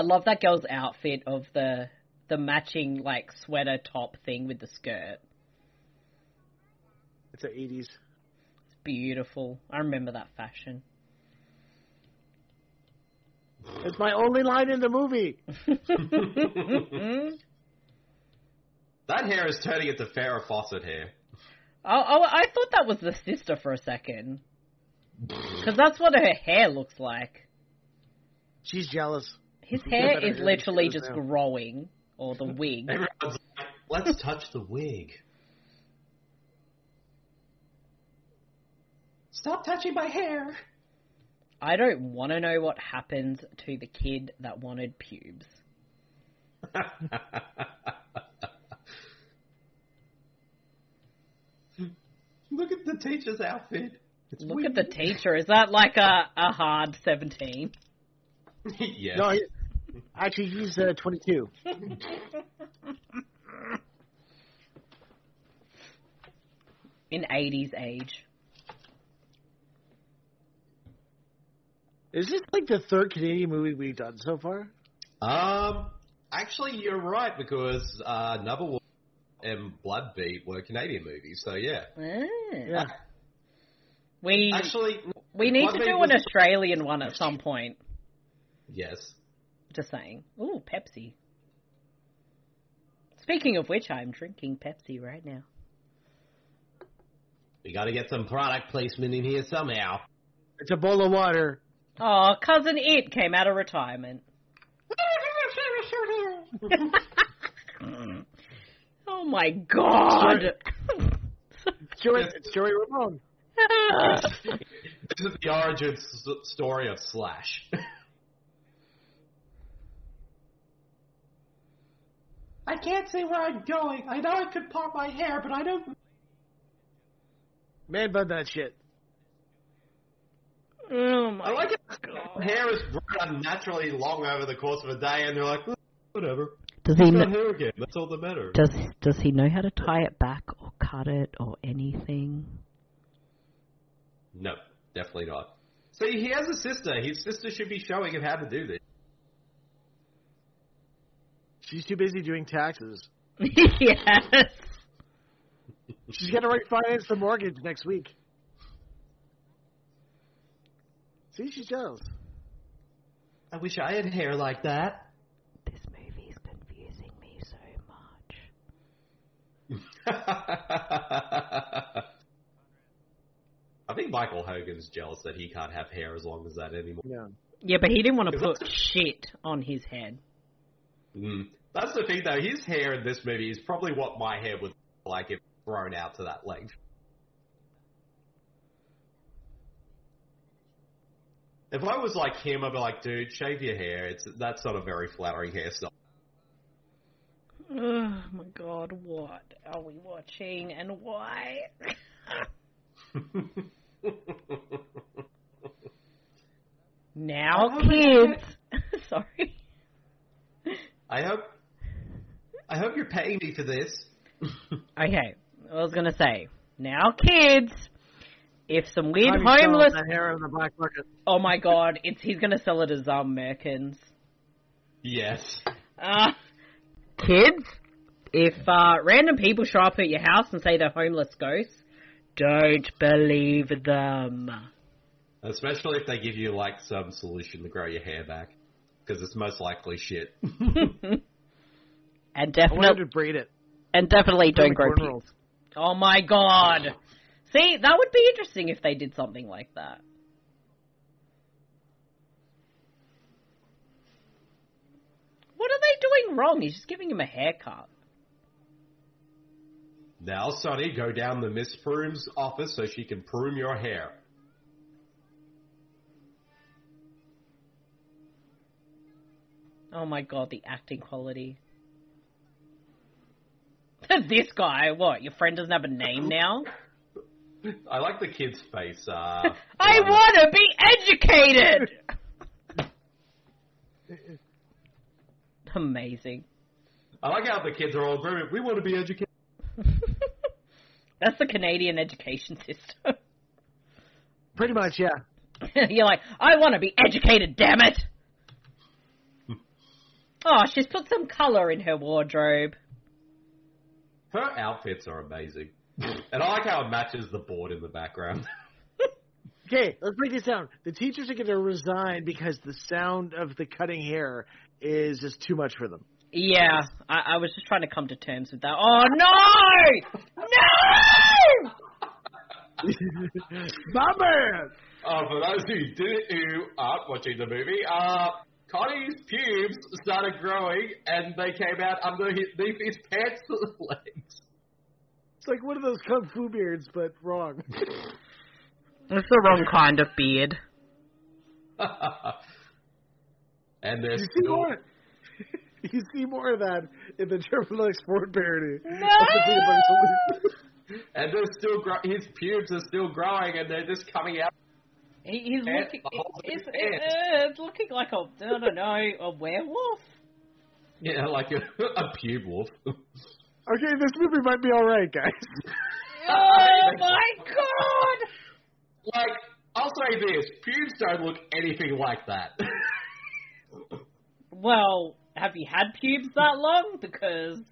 B: love that girl's outfit of the the matching like sweater top thing with the skirt.
D: It's the 80s.
B: It's beautiful. I remember that fashion.
D: It's my only line in the movie.
C: That hair is turning into Farrah Fawcett hair.
B: Oh, oh I thought that was the sister for a second. Because that's what her hair looks like.
D: She's jealous.
B: His
D: Yeah,
B: hair
D: but
B: is
D: it-
B: literally
D: it
B: just
D: now.
B: growing, or the wig.
C: Everyone's like, let's touch the wig.
E: Stop touching my hair.
B: I don't want to know what happens to the kid that wanted pubes.
C: Look at the teacher's outfit.
B: Look at the teacher. Is that like a, a hard 17?
C: *laughs* yes.
D: No, he, actually, he's uh, 22.
B: In 80s age.
D: Is this like the third Canadian movie we've done so far?
C: Um, actually, you're right because uh, Number One and Bloodbeat were Canadian movies, so yeah.
B: Ah.
E: *laughs*
D: Yeah.
B: We
C: Actually,
B: we need to
C: Bloodbeat
B: do
C: was-
B: an Australian one at some point.
C: Yes.
B: Just saying. Ooh, Pepsi. Speaking of which, I'm drinking Pepsi right now.
C: We got to get some product placement in here somehow.
D: It's a bowl of water.
B: Oh, cousin It came out of retirement. *laughs* oh my god.
D: It's Joey, it's Joey Ramone.
C: This is the origin s- story of Slash.
E: I can't see where I'm going. I know I could part my hair, but I don't.
D: Man, bun that shit.
B: oh my
C: I like it. *laughs* Hair is grown unnaturally long over the course of a day, and they're like, "Eh, whatever.
A: Does he
C: It's
A: know,
C: not hair again. That's all that matters.
A: does does he know how to tie it back or cut it or anything?
C: No, definitely not. See, he has a sister. His sister should be showing him how to do this.
D: She's too busy doing taxes.
B: *laughs* yes.
D: She's got to refinance the mortgage next week. See, she's jealous.
C: I wish I had hair like that.
A: This movie is confusing me so much.
C: *laughs* I Michael Hogan's jealous that he can't have hair as long as that anymore.
D: No.
B: Yeah, but he didn't want to
C: Is
B: put shit on his head.
C: Mm. That's the thing, though. His hair in this movie is probably what my hair would look like if grown out to that length. If I was like him, I'd be like, dude, shave your hair. It's that's not a very flattering hairstyle.
B: Oh my god, what are we watching and *laughs* why? now, kids. *laughs* Sorry.
C: I hope, I hope you're paying me for this.
B: Okay, I was gonna say, now, kids. If some weird
D: Bobby Stone,
B: homeless.
D: The hair of the black market.
B: Oh my god, it's he's gonna sell it as um, Merkins.
C: Yes.
B: Uh, kids, if uh, random people show up at your house and say they're homeless ghosts, don't believe them.
C: Especially if they give you like some solution to grow your hair back, because it's most likely shit.
B: And
D: I wanted
B: definitely,
D: to braid it.
B: and definitely
D: Put it
B: don't
D: in
B: grow
D: the cornrows.
B: pizza. Oh my god! See, that would be interesting if they did something like that. What are they doing wrong? He's just giving him a haircut.
C: now, Sonny, go down to Miss Prune's office so she can prune your hair.
B: Oh my god, the acting quality. *laughs* this guy, what? Your friend doesn't have a name now?
C: I like the kid's face. Uh,
B: I
C: um,
B: want to be educated! Amazing.
C: I like how the kids are all grooming. We want to be educated.
B: That's the Canadian education system. *laughs*
D: Pretty much, yeah.
B: You're like, I want to be educated, damn it! oh, she's put some colour in her wardrobe.
C: Her outfits are amazing, and I like how it matches the board in the *laughs* background.
D: Okay, let's break this down. The teachers are going to resign because the sound of the cutting hair is just too much for them.
B: Yeah, I, I was just trying to come to terms with that. Oh no! No!
D: My man!
C: Uh, for those who didn't who aren't watching the movie, uh, Connie's pubes started growing and they came out underneath his pants legs. *laughs*
D: It's like one of those kung fu beards, but wrong. *laughs*
B: It's the wrong kind of beard.
C: *laughs* and they're
D: You see
C: still
D: more. *laughs* you see more of that in the Triple X Ford parody. *laughs*
C: and they're still gro- his pubes are still growing and they're just coming out. *laughs*
B: He, he's
C: Pants,
B: looking.
C: the whole
B: It's,
C: thing's
B: uh, it's looking like a I don't know a *laughs* werewolf.
C: Yeah, like a, *laughs* a pube wolf.
D: Okay, this movie might be all right, guys.
B: Oh my god!
C: like I'll say this, pubes don't look anything like that. *laughs*
B: Well, have you had pubes that long? Because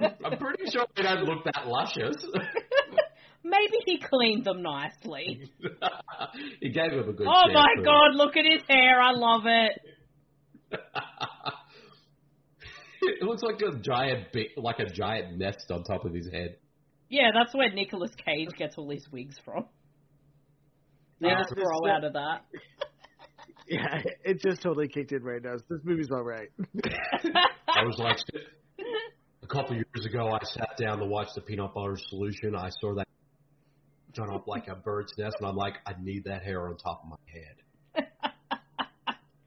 C: I'm pretty sure they don't look that luscious. *laughs*
B: maybe he cleaned them nicely.
C: he gave him a good.
B: Oh my
C: shampoo.
B: god! Look at his hair. I love it.
C: it looks like a giant, bi- like a giant nest on top of his head.
B: Yeah, that's where Nicolas Cage gets all his wigs from. They
C: Yeah,
B: just
D: this-
B: grow out of that.
D: *laughs* Yeah, it just totally kicked in right now. So this movie's all right.
C: I was like, *laughs* a couple of years ago, I sat down to watch the peanut butter solution. I saw that turn up like a bird's nest, and I'm like, I need that hair on top of my head.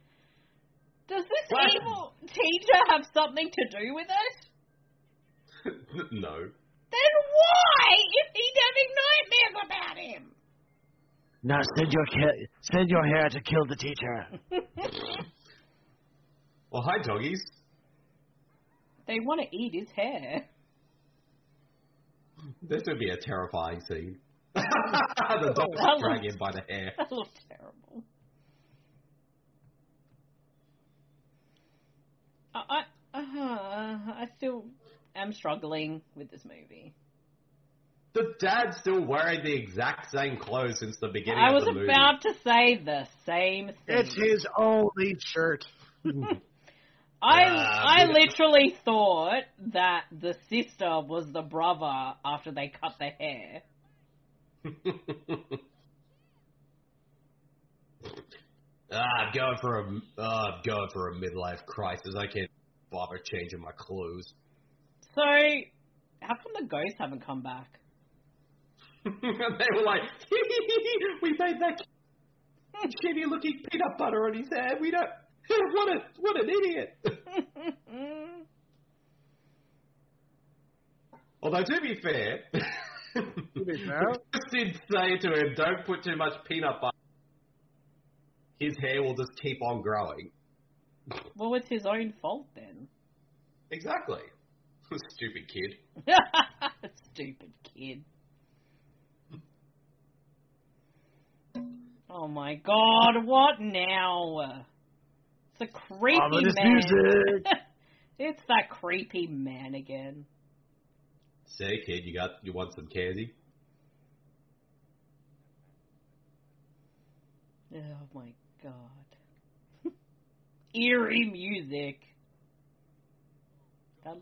C: *laughs*
B: Does this
C: What?
B: evil teacher have something to do with it?
C: no,
B: Then why is he having nightmares about him?
D: Now send your ki- send your hair to kill the teacher.
C: well, hi doggies.
B: They want to eat his hair. *laughs*
C: This would be a terrifying scene. *laughs* the dog is dragging by the hair.
B: That looks terrible. I I, uh, I still am struggling with this movie.
C: The dad's still wearing the exact same clothes since the beginning
B: I
C: of
B: was
C: the movie.
B: about to say the same
D: *laughs* It's
B: thing.
D: his only shirt. *laughs*
B: I
C: Ah,
B: I
C: yeah.
B: literally thought that the sister was the brother after they cut the hair.
C: Ah, I'm going for a, ah, I'm going for a midlife crisis. I can't bother changing my clothes.
B: So, how come the ghosts haven't come back?
C: *laughs* they were like,
E: we made that shitty looking peanut butter on his head. We
C: *laughs*
E: don't. What a what an idiot.
D: *laughs*
C: although to be fair,
D: To be
C: *laughs*
D: fair,
C: just did say to him, don't put too much peanut butter. His hair will just keep on growing.
B: Well, it's his own fault then. *laughs*
C: Exactly. *laughs* Stupid kid.
B: Stupid kid. Oh my god, what now? It's a creepy
D: Ominous
B: man.
D: music.
B: *laughs* it's that creepy man again.
C: Say, kid, you got you want some candy?
B: Oh my god. *laughs* Eerie music. That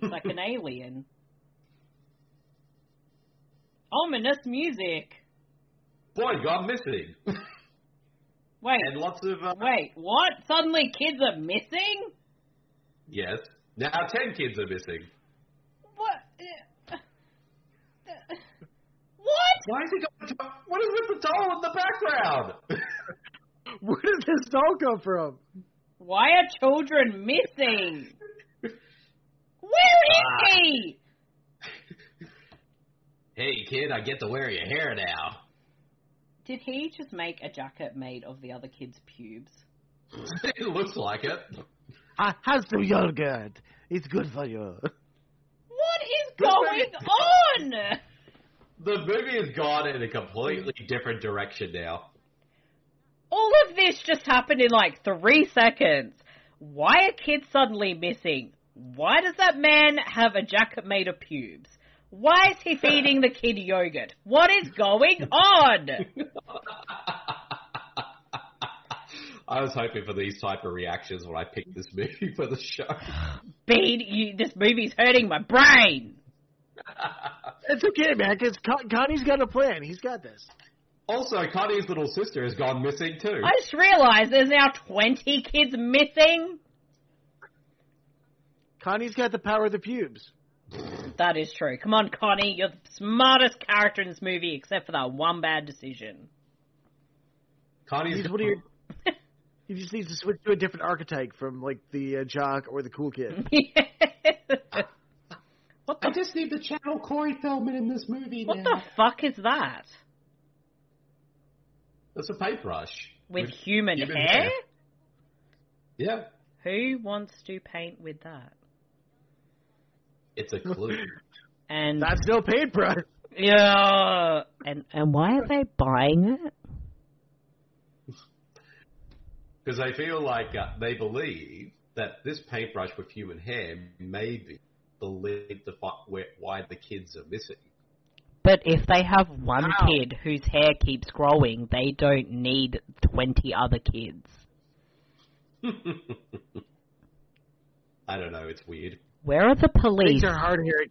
B: looks like an alien. Ominous music.
C: Boy, gone missing,
B: Wait,
C: *laughs* and lots of uh,
B: wait, what? Suddenly kids are missing?
C: yes. Now ten kids are missing.
B: What? What?
C: Why is he got? The doll- what is with the doll in the background? *laughs*
D: where did this doll come from?
B: Why are children missing? Where is he?
C: hey, kid, I get to wear your hair now. *laughs*
B: Did he just make a jacket made of the other kid's pubes?
C: it looks like it.
D: Ah, has the yogurt. It's good for you.
B: What is going on?
C: The movie has gone in a completely different direction now.
B: All of this just happened in like three seconds. Why are kids suddenly missing? Why does that man have a jacket made of pubes? Why is he feeding the kid yogurt? What is going on?
C: I was hoping for these type of reactions when I picked this *laughs* movie for the show.
B: Bean, you, this movie's hurting my brain.
D: It's okay, man, because Con- Connie's got a plan. He's got this.
C: Also, Connie's little sister has gone missing too.
B: I just realised there's now 20 kids missing.
D: Connie's got the power of the pubes.
B: That is true. Come on, Connie, you're the smartest character in this movie, except for that one bad decision. *laughs*
D: He
C: Connie's
D: just, what are you, *laughs* he just needs to switch to a different archetype from like the uh, jock or the cool kid.
B: what
E: I
B: the
E: just need to channel Corey Feldman in this movie
B: what
E: now.
B: the fuck is that?
C: *laughs* that's a paintbrush
B: With human
C: human
B: hair?
C: Yeah,
B: Who wants to paint with that?
C: it's a clue.
B: *laughs* And
D: That's no paintbrush.
B: yeah, and and why are they buying it?
C: Because they feel like uh, they believe that this paintbrush with human hair may be the link to fi- where, why the kids are missing.
A: But if they have one kid whose hair keeps growing, they don't need 20 other kids.
C: I don't know, it's weird.
A: Where are the police?
D: These are hard hearing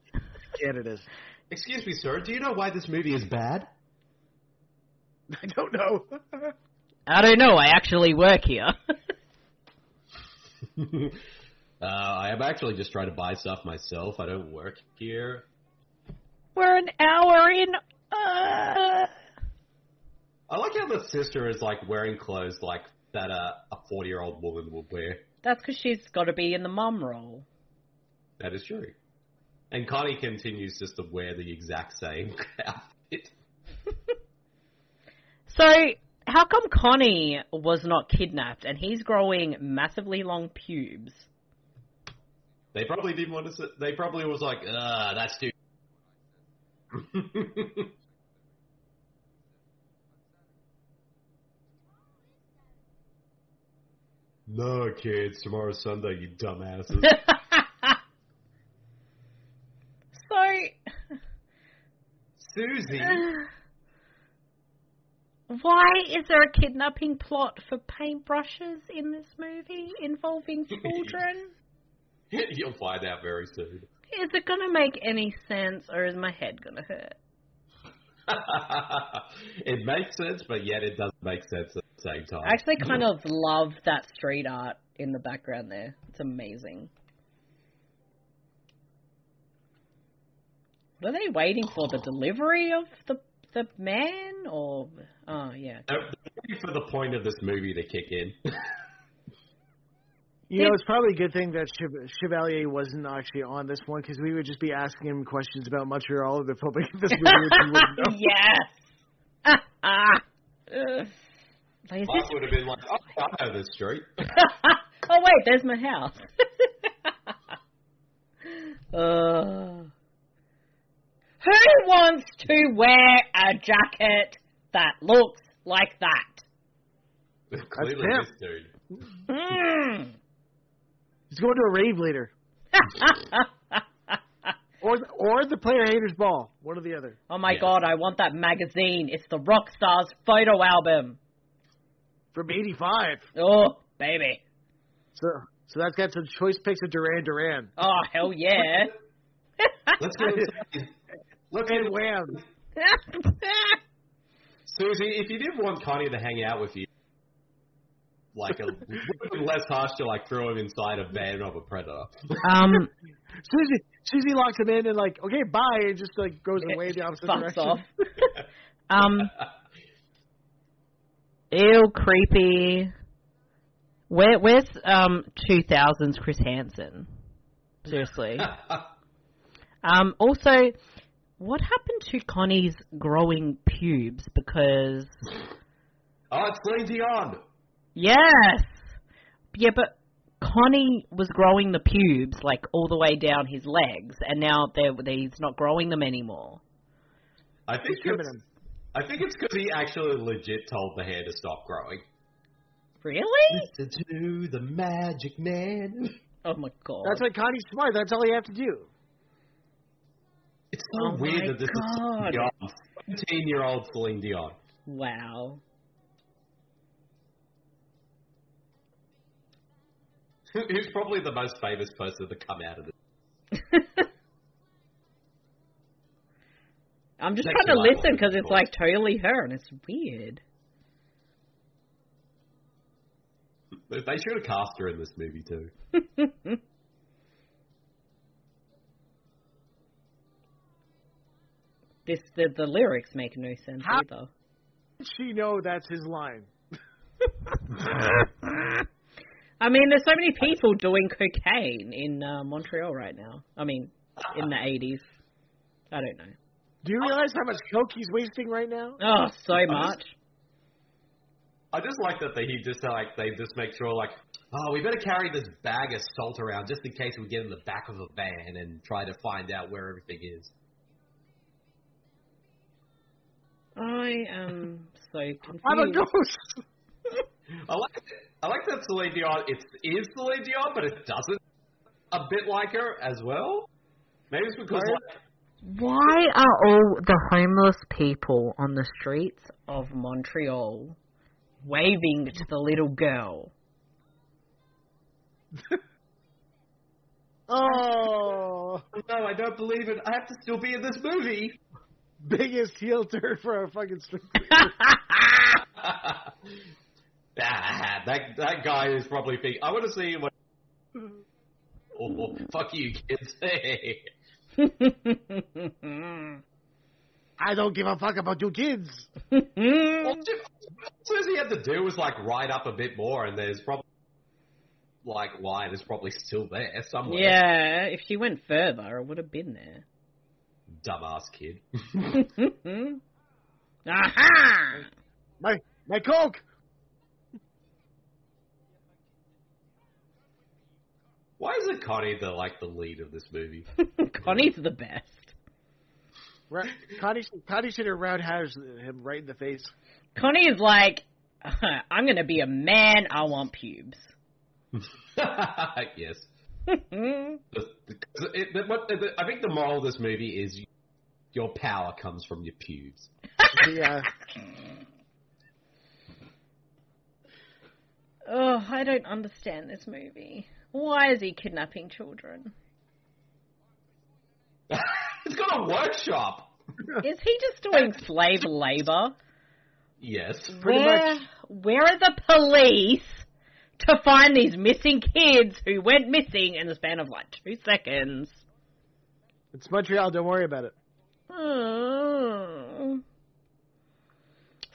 D: Canada's.
C: Excuse me, sir, do you know why this movie is bad? *laughs*
D: *laughs* I
E: *laughs*
D: don't know.
A: I don't know, I actually work here.
C: Uh, I am actually just trying to buy stuff myself. I don't work here.
B: We're an hour in. Uh...
C: I like how the sister is like wearing clothes like that uh, a forty-year-old woman would wear.
B: That's because she's got to be in the mum role.
C: That is true. And Connie continues just to wear the exact same *laughs* outfit.
B: So, how come Connie was not kidnapped and he's growing massively long pubes? *laughs*
C: They probably didn't want to. s- They probably was like, "Ah, that's too." *laughs* no, kids. Tomorrow's Sunday. You dumbasses.
B: So,
C: *laughs* Susie.
B: why is there a kidnapping plot for paintbrushes in this movie involving children?
C: You'll find out very soon. *laughs*
B: is it going to make any sense or is my head going to hurt?
C: it makes sense, but yet it doesn't make sense at the the same time.
B: I actually kind of love that street art in the background there. It's amazing. What are they waiting for? The delivery of the the man, or oh yeah,
C: Uh, waiting for the point of this movie to kick in. *laughs*
D: You know, it's probably a good thing that Chev- Chevalier wasn't actually on this one because we would just be asking him questions about Montreal the public this movie. which he wouldn't know.
B: yes. *laughs* Ah! like, is
C: I
B: this...
C: would have been like, oh, I know this street. *laughs*
B: *laughs* oh wait, there's my house. *laughs* uh, who wants to wear a jacket that looks like that?
C: Clearly,
D: him.
C: this dude.
B: Mm.
D: He's going to a rave
B: *laughs*
D: later, or the, or the player haters ball, one or the other.
B: oh my
C: Yeah.
B: god, I want that magazine. It's the Rockstars photo album.
D: From '85,
B: Oh, baby.
D: so so that's got some choice picks of Duran Duran
B: Oh, hell yeah. *laughs*
C: Let's go. *laughs* Look at
D: and Wham.
C: Susie, if you did want Connie to hang out with you, like a would be less harsh to like throw him inside a van of a predator.
B: um,
D: Susie Susie locks him in and like, okay, bye, and just like goes away the opposite
B: fucks
D: direction.
B: off. um, ew, creepy. Where, where's um 2000s Chris Hansen? Seriously. um, also, what happened to Connie's growing pubes? Because
C: Oh, it's Celine Dion.
B: yes, yeah, but Connie was growing the pubes like all the way down his legs, and now they're, they he's not growing them anymore.
C: I think
D: trimming
C: it's-
D: him.
C: I think it's because he actually legit told the hair to stop growing.
B: Really?
C: Listen to the magic man.
B: Oh my god.
D: *laughs* That's why Connie's smart. That's all you have to do.
C: It's so
B: Oh my
C: weird that this
B: God.
C: is Celine Dion. Seventeen-year-old Celine Dion.
B: Wow.
C: Who- Who's probably the most famous person to come out of this?
B: I'm just
C: Next
B: trying to
C: to my
B: listen
C: one,
B: because
C: of
B: it's like totally her and it's weird.
C: They should have cast her in this movie too.
B: This the, the lyrics make no sense
D: How-
B: either.
D: Did She know that's his line.
B: I mean, there's so many people doing cocaine in uh, Montreal right now. I mean, in the 80s. I don't know.
D: Do you realize how much coke he's wasting right now?
B: Oh, so much.
C: I just like that they he just like they just make sure like oh we better carry this bag of salt around just in case we get in the back of a van and try to find out where everything is.
B: I am so confused.
D: I'm a ghost.
C: I like I like that Celine Dion it is Celine Dion but it doesn't a bit like her as well. Maybe it's because like,
B: Why are all the homeless people on the streets of Montreal waving to the little girl?
D: *laughs* Oh,
C: no I don't believe it I have to still be in this movie.
D: biggest heel turn for a fucking strip.
C: Ah, that that guy is probably big. I want to see what. Oh fuck you kids! *laughs*
D: I don't give a fuck about you kids.
C: all he had to do was like write up a bit more, and there's probably like line is probably still there somewhere.
B: yeah, if she went further, it would have been there.
C: dumbass kid. *laughs*
B: Aha!
D: My my coke.
C: Why is it Connie the like the lead of this movie? *laughs*
B: Connie's the best.
D: Ra- Connie Connie should have roundhouse him right in the face.
B: Connie is like, *laughs* I'm gonna be a man. I want pubes.
C: yes. Just- because it, but what, I think the moral of this movie is your power comes from your pubes.
D: Yeah.
B: Oh, I don't understand this movie. Why is he kidnapping children?
C: it's got a workshop.
B: Is he just doing slave labor?
C: Yes.
D: *laughs*
B: where, Where are the police to find these missing kids who went missing in the span of like two seconds?
D: It's Montreal. Don't worry about it.
B: Hmm.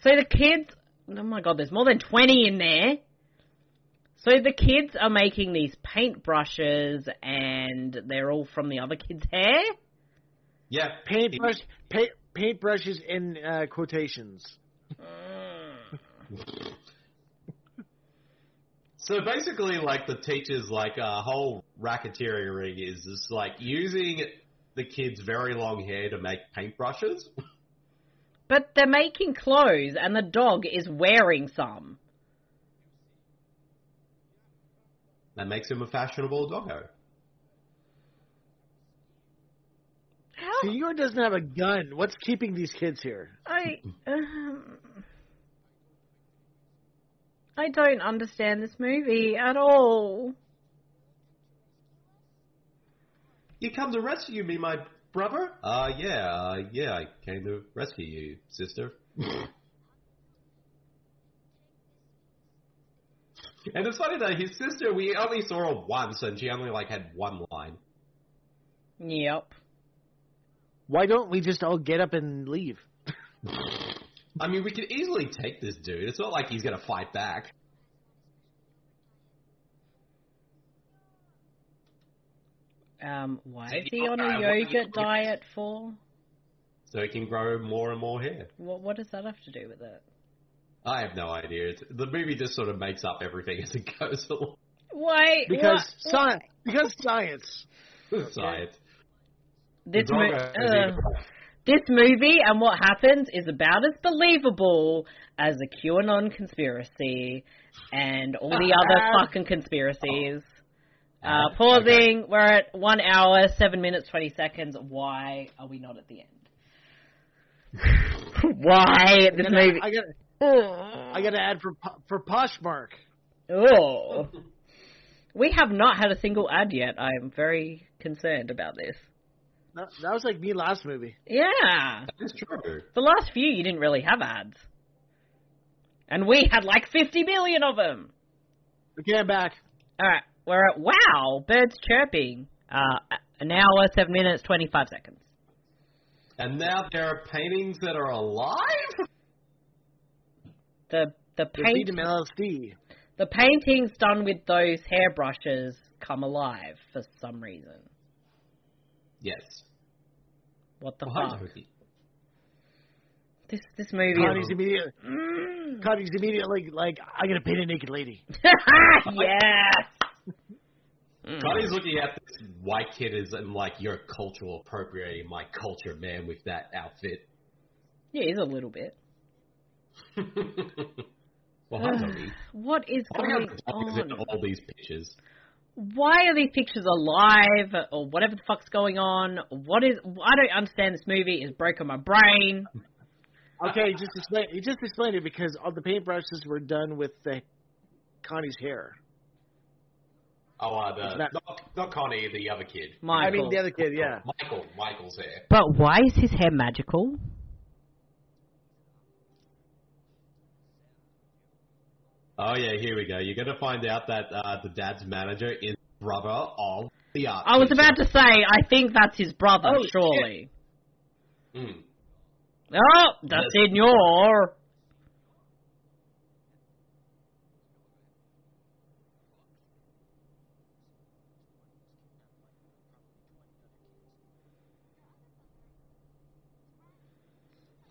B: So the kids, oh my god, there's more than 20 in there. So the kids are making these paintbrushes and they're all from the other kids' hair?
C: Yeah.
B: *laughs*
D: Paintbrush, paint, paintbrushes in uh, quotations.
C: So basically, like the teachers, like uh, whole racketeering ring is just like using the kids' very long hair to make paintbrushes.
B: But they're making clothes and the dog is wearing some.
C: That makes him a fashionable doggo.
B: How
D: Senor doesn't have a gun. What's keeping these kids here?
B: I um, I don't understand this movie at all.
C: You come to rescue me, my brother? Uh, yeah, uh, yeah, I came to rescue you, sister. and it's funny though, his sister, we only saw her once, and she only like had one line.
B: Yep.
D: Why don't we just all get up and leave?
C: I mean, we could easily take this dude. It's not like he's gonna fight back.
B: Um, why
C: So
B: is
C: you
B: he on
C: don't
B: a
C: know what
B: yogurt
C: you-
B: diet for?
C: So he can grow more and more hair.
B: What what does that have to do with it?
C: I have no idea. It's, the movie just sort of makes up everything *laughs* as it goes along.
B: Why?
D: Because
B: why-
D: science. Because science.
C: Science.
B: this
C: Doggo
B: mo-
C: is
B: ugh.
C: even like-
B: this movie and what happens is about as believable as the QAnon conspiracy and all the other fucking conspiracies. Uh,
C: Ah,
B: pausing. We're at one hour, seven minutes, twenty seconds. Why are we not at the end? Why this
D: And I-
B: movie?
D: I got. I got to add for Po- for Poshmark.
B: Oh, we have not had a single ad yet. I am very concerned about this.
D: That, that was like me last movie.
B: Yeah,
C: It's true.
B: the last few you didn't really have ads, and we had like fifty million of them.
D: Okay, I'm back.
B: All right, we're at wow, birds chirping. Uh, an hour, seven minutes, twenty-five seconds.
C: And now there are paintings that are alive?
B: The the
D: They feed
B: paint
D: them LSD.
B: the paintings done with those hairbrushes come alive for some reason.
C: Yes.
B: What the
C: Why,
B: fuck?
C: Loki?
B: This this movie.
D: Connie's
B: Is...
D: immediately.
B: Mm.
D: Connie's immediately like, I gotta paint a naked lady.
B: *laughs* yes.
C: Connie's looking at this white kid as and like you're cultural appropriating my culture, man, with that outfit. *laughs*
B: Yeah, it is a little bit.
C: well, hi, Loki.
B: What is
C: I
B: going on?
C: in all these pictures.
B: Why are these pictures alive or whatever the fuck's going on? What is? I don't understand this movie. It's broken my brain.
D: Okay, just explain. You just explained it because all the paintbrushes were done with the Connie's hair.
C: Oh, uh, the,
D: It's
C: not, not Connie, the other kid.
B: Michael.
D: I mean, the other kid, yeah.
C: Michael. Michael's hair.
B: But why is his hair magical?
C: Oh yeah, here we go. You're gonna find out that uh, the dad's manager is brother of the art.
B: I was
C: teacher.
B: about to say, I think that's his brother,
D: Oh,
B: surely.
C: Mm.
B: Oh, the
C: Yes.
B: senor.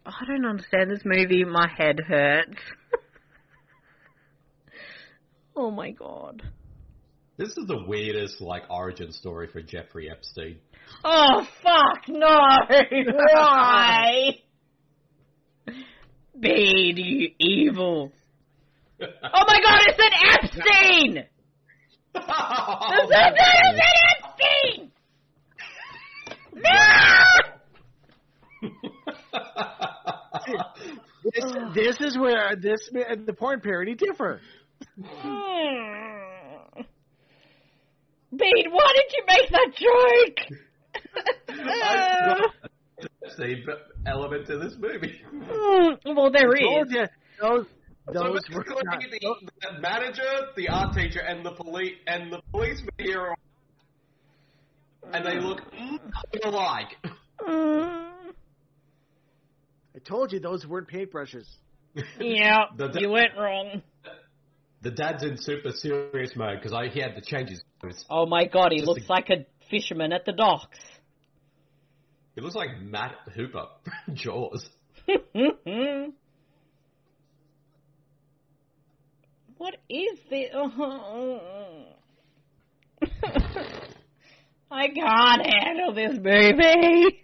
B: I don't understand this movie. My head hurts. *laughs* oh my god.
C: This is the weirdest like origin story for Jeffrey Epstein. *laughs*
B: Oh fuck no! *laughs* Why? Bade, you evil. Oh my god, it's an Epstein! It's an, it's an Epstein! No!
D: This, this *sighs* is where this and the porn parody differ.
B: Bade, why did you make that joke?
C: I- Epstein element to this movie. *laughs*
B: Mm, *laughs* well, there
D: Told
B: is.
D: ya, Those,
C: so
D: those were
C: basically,
D: not,
C: the, the manager, the art teacher, and the police and the policeman here, are- and they look nothing alike.
D: I told you those weren't paintbrushes.
B: yeah,
C: The- the-
B: you went wrong.
C: The dad's in super serious mode because he had to change his clothes.
B: Oh my god, he
C: Just
B: looks
C: a-
B: like a fisherman at the docks. *laughs*
C: He looks like Matt Hooper, Jaws.
B: what is this? *laughs* I can't handle this movie.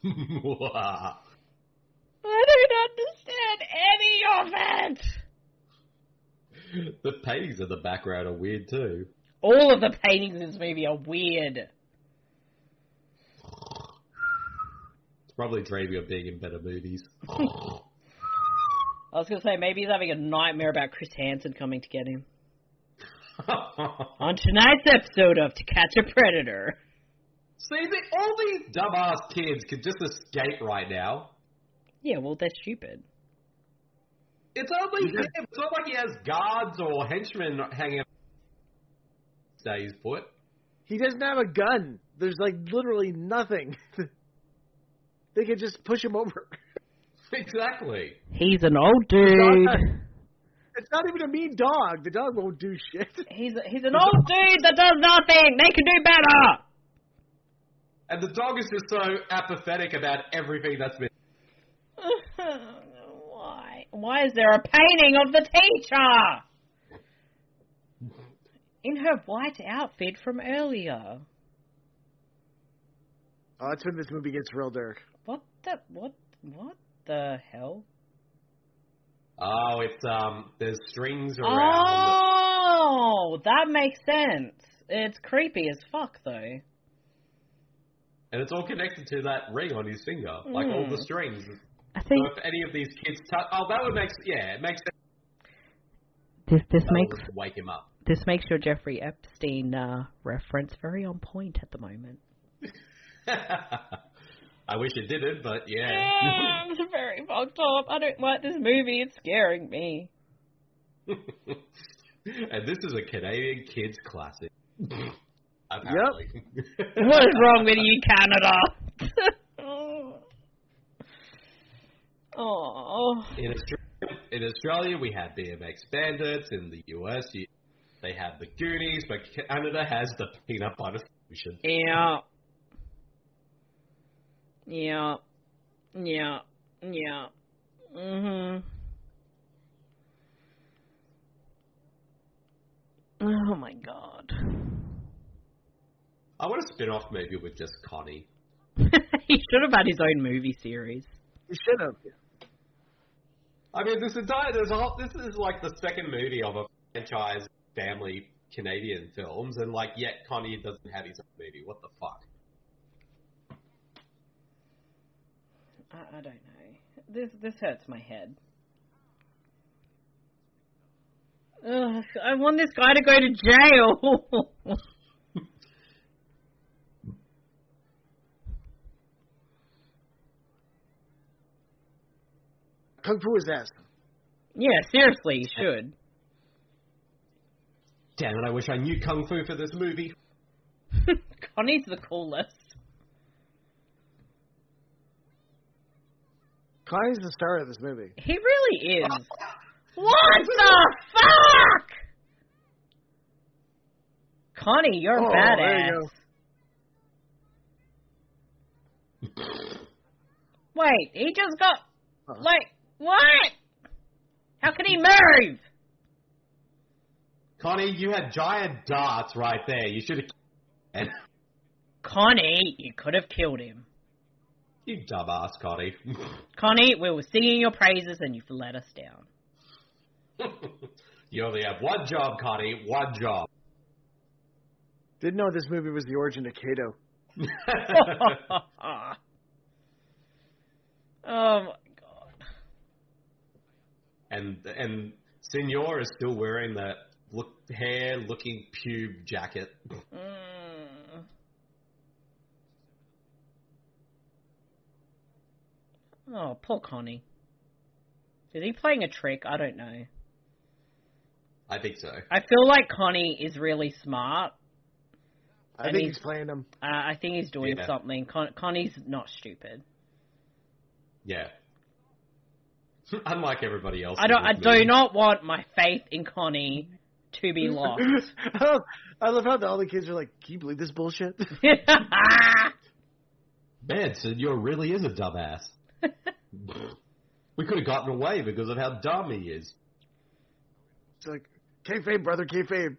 C: *laughs* That's
B: I don't understand any of it.
C: The paintings in the background are weird too.
B: All of the paintings in this movie are weird.
C: It's probably dreaming of being in better movies. *laughs*
B: I was gonna say maybe he's having a nightmare about Chris Hansen coming to get him. On tonight's episode of To Catch a Predator.
C: See, the, all these dumbass kids can just escape right now.
B: Yeah, well they're stupid.
C: It's only him. It's not like he has guards or henchmen hanging. Stay his foot. *laughs*
D: He doesn't have a gun. There's like literally nothing. *laughs* they could just push him over.
C: Exactly.
B: He's an old dude.
D: It's not even a mean dog. The dog won't do shit. *laughs*
B: He's a, he's an old dude that does nothing. They can do better.
C: And the dog is just so apathetic about everything that's been. *laughs*
B: Why? Why is there a painting of the teacher? In her white outfit from earlier.
D: Oh, that's when this movie gets real dark.
B: What the what what the hell?
C: Oh, it's um. There's strings around.
B: Oh, that makes sense. It's creepy as fuck though.
C: And it's all connected to that ring on his finger, like all the strings.
A: I
C: So
A: think
C: if any of these kids touch, oh, that would make yeah, it makes sense.
A: this this
C: That
A: makes
C: would wake him up. *laughs*
B: This makes your Jeffrey Epstein uh, reference very on point at the moment.
C: I wish it didn't, but yeah.
B: it's very fucked up. I don't like this movie. It's scaring me.
C: and this is a Canadian kids classic. Apparently. *laughs*
B: What is wrong with you, Canada? *laughs* oh,
C: in, Australia, in Australia, we had BMX Bandits. In the US, you, they have the Goonies, but Canada has the Peanut Butter Solution.
B: yeah, yeah, yeah, yeah. Mhm. Oh my god. *laughs*
C: I want a spin off movie with just Connie.
B: he should have had his own movie series.
D: You should have.
C: I mean, this entire this whole this is like the second movie of a franchise family Canadian films, and like yet Connie doesn't have his own movie. What the fuck?
B: I, I don't know. This this hurts my head. Ugh, I want this guy to go to jail. *laughs*
D: Kung Fu his ass.
B: yeah, seriously, he should. *laughs*
C: Damn it! I wish I knew kung fu for this movie.
B: Connie's the coolest.
D: Connie's the star of this movie.
B: He really is. what the fuck? Connie, you're a
D: Oh,
B: badass.
D: there you go.
B: Wait, he just got
D: Uh-huh.
B: like what? How can he move?
C: Connie, you had giant darts right there. You should have. *laughs* And
B: Connie, you could have killed him.
C: you dumbass, Connie. *laughs*
B: Connie, we were singing your praises and you've let us down. *laughs*
C: you only have one job, Connie. One
D: *laughs*
C: job.
D: Didn't know this movie was the origin of Kato.
B: oh my god.
C: and and Senor is still wearing that look hair looking pube jacket.
B: Mm. Oh, poor Connie. Is he playing a trick? I don't know.
C: I think so.
B: I feel like Connie is really smart.
D: I
B: And
D: think
B: he's-
D: he's playing them.
B: Uh, I think he's doing
C: Yeah.
B: something. Con- Connie's not stupid.
C: Yeah. *laughs* Unlike everybody else.
B: I don't.
C: in
B: I
C: this
B: do
C: movie.
B: not want my faith in Connie to be
D: *laughs*
B: lost. *laughs*
D: I love- I love how the, all the kids are like, "Can you believe this bullshit?" *laughs*
C: Benson, you really is
B: *laughs*
C: a dumbass. we could have gotten away because of how dumb he is.
D: It's like, "Kayfabe, brother, kayfabe."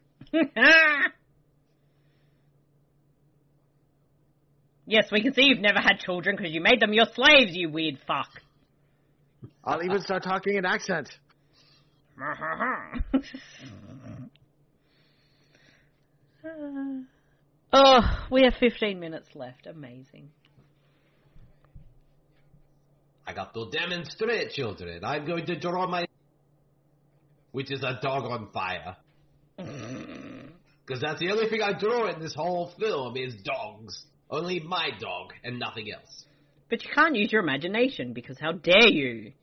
B: *laughs* yes, we can see you've never had children because you made them your slaves. You weird fuck.
D: I'll even start talking in accent.
B: *laughs* oh, we have 15 minutes left. Amazing.
C: I got to demonstrate, children. I'm going to draw my. *laughs* Which is a dog on
B: *laughs*
C: fire. Because that's the only thing I draw in this whole film is dogs. Only my dog and nothing else. *laughs*
B: But you can't use your imagination because how dare you?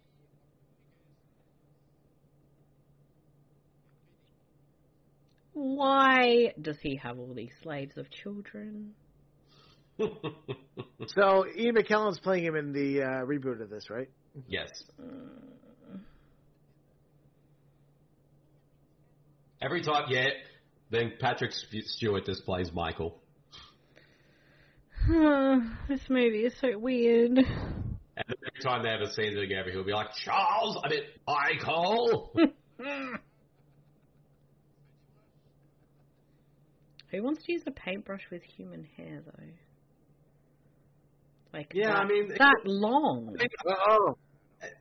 B: Why does he have all these slaves of children?
D: So Ian McKellen's playing him in the uh, reboot of this, right?
C: Yes. Every time, yeah. Then Patrick Sp- Stewart displays Michael.
B: *sighs* this movie is so weird.
C: And every time they have a scene together, he'll be like, Charles, I mean, Michael!
B: Who wants to use a paintbrush with human hair though? Like
C: Yeah,
B: that,
C: I mean-
B: that long.
D: Oh,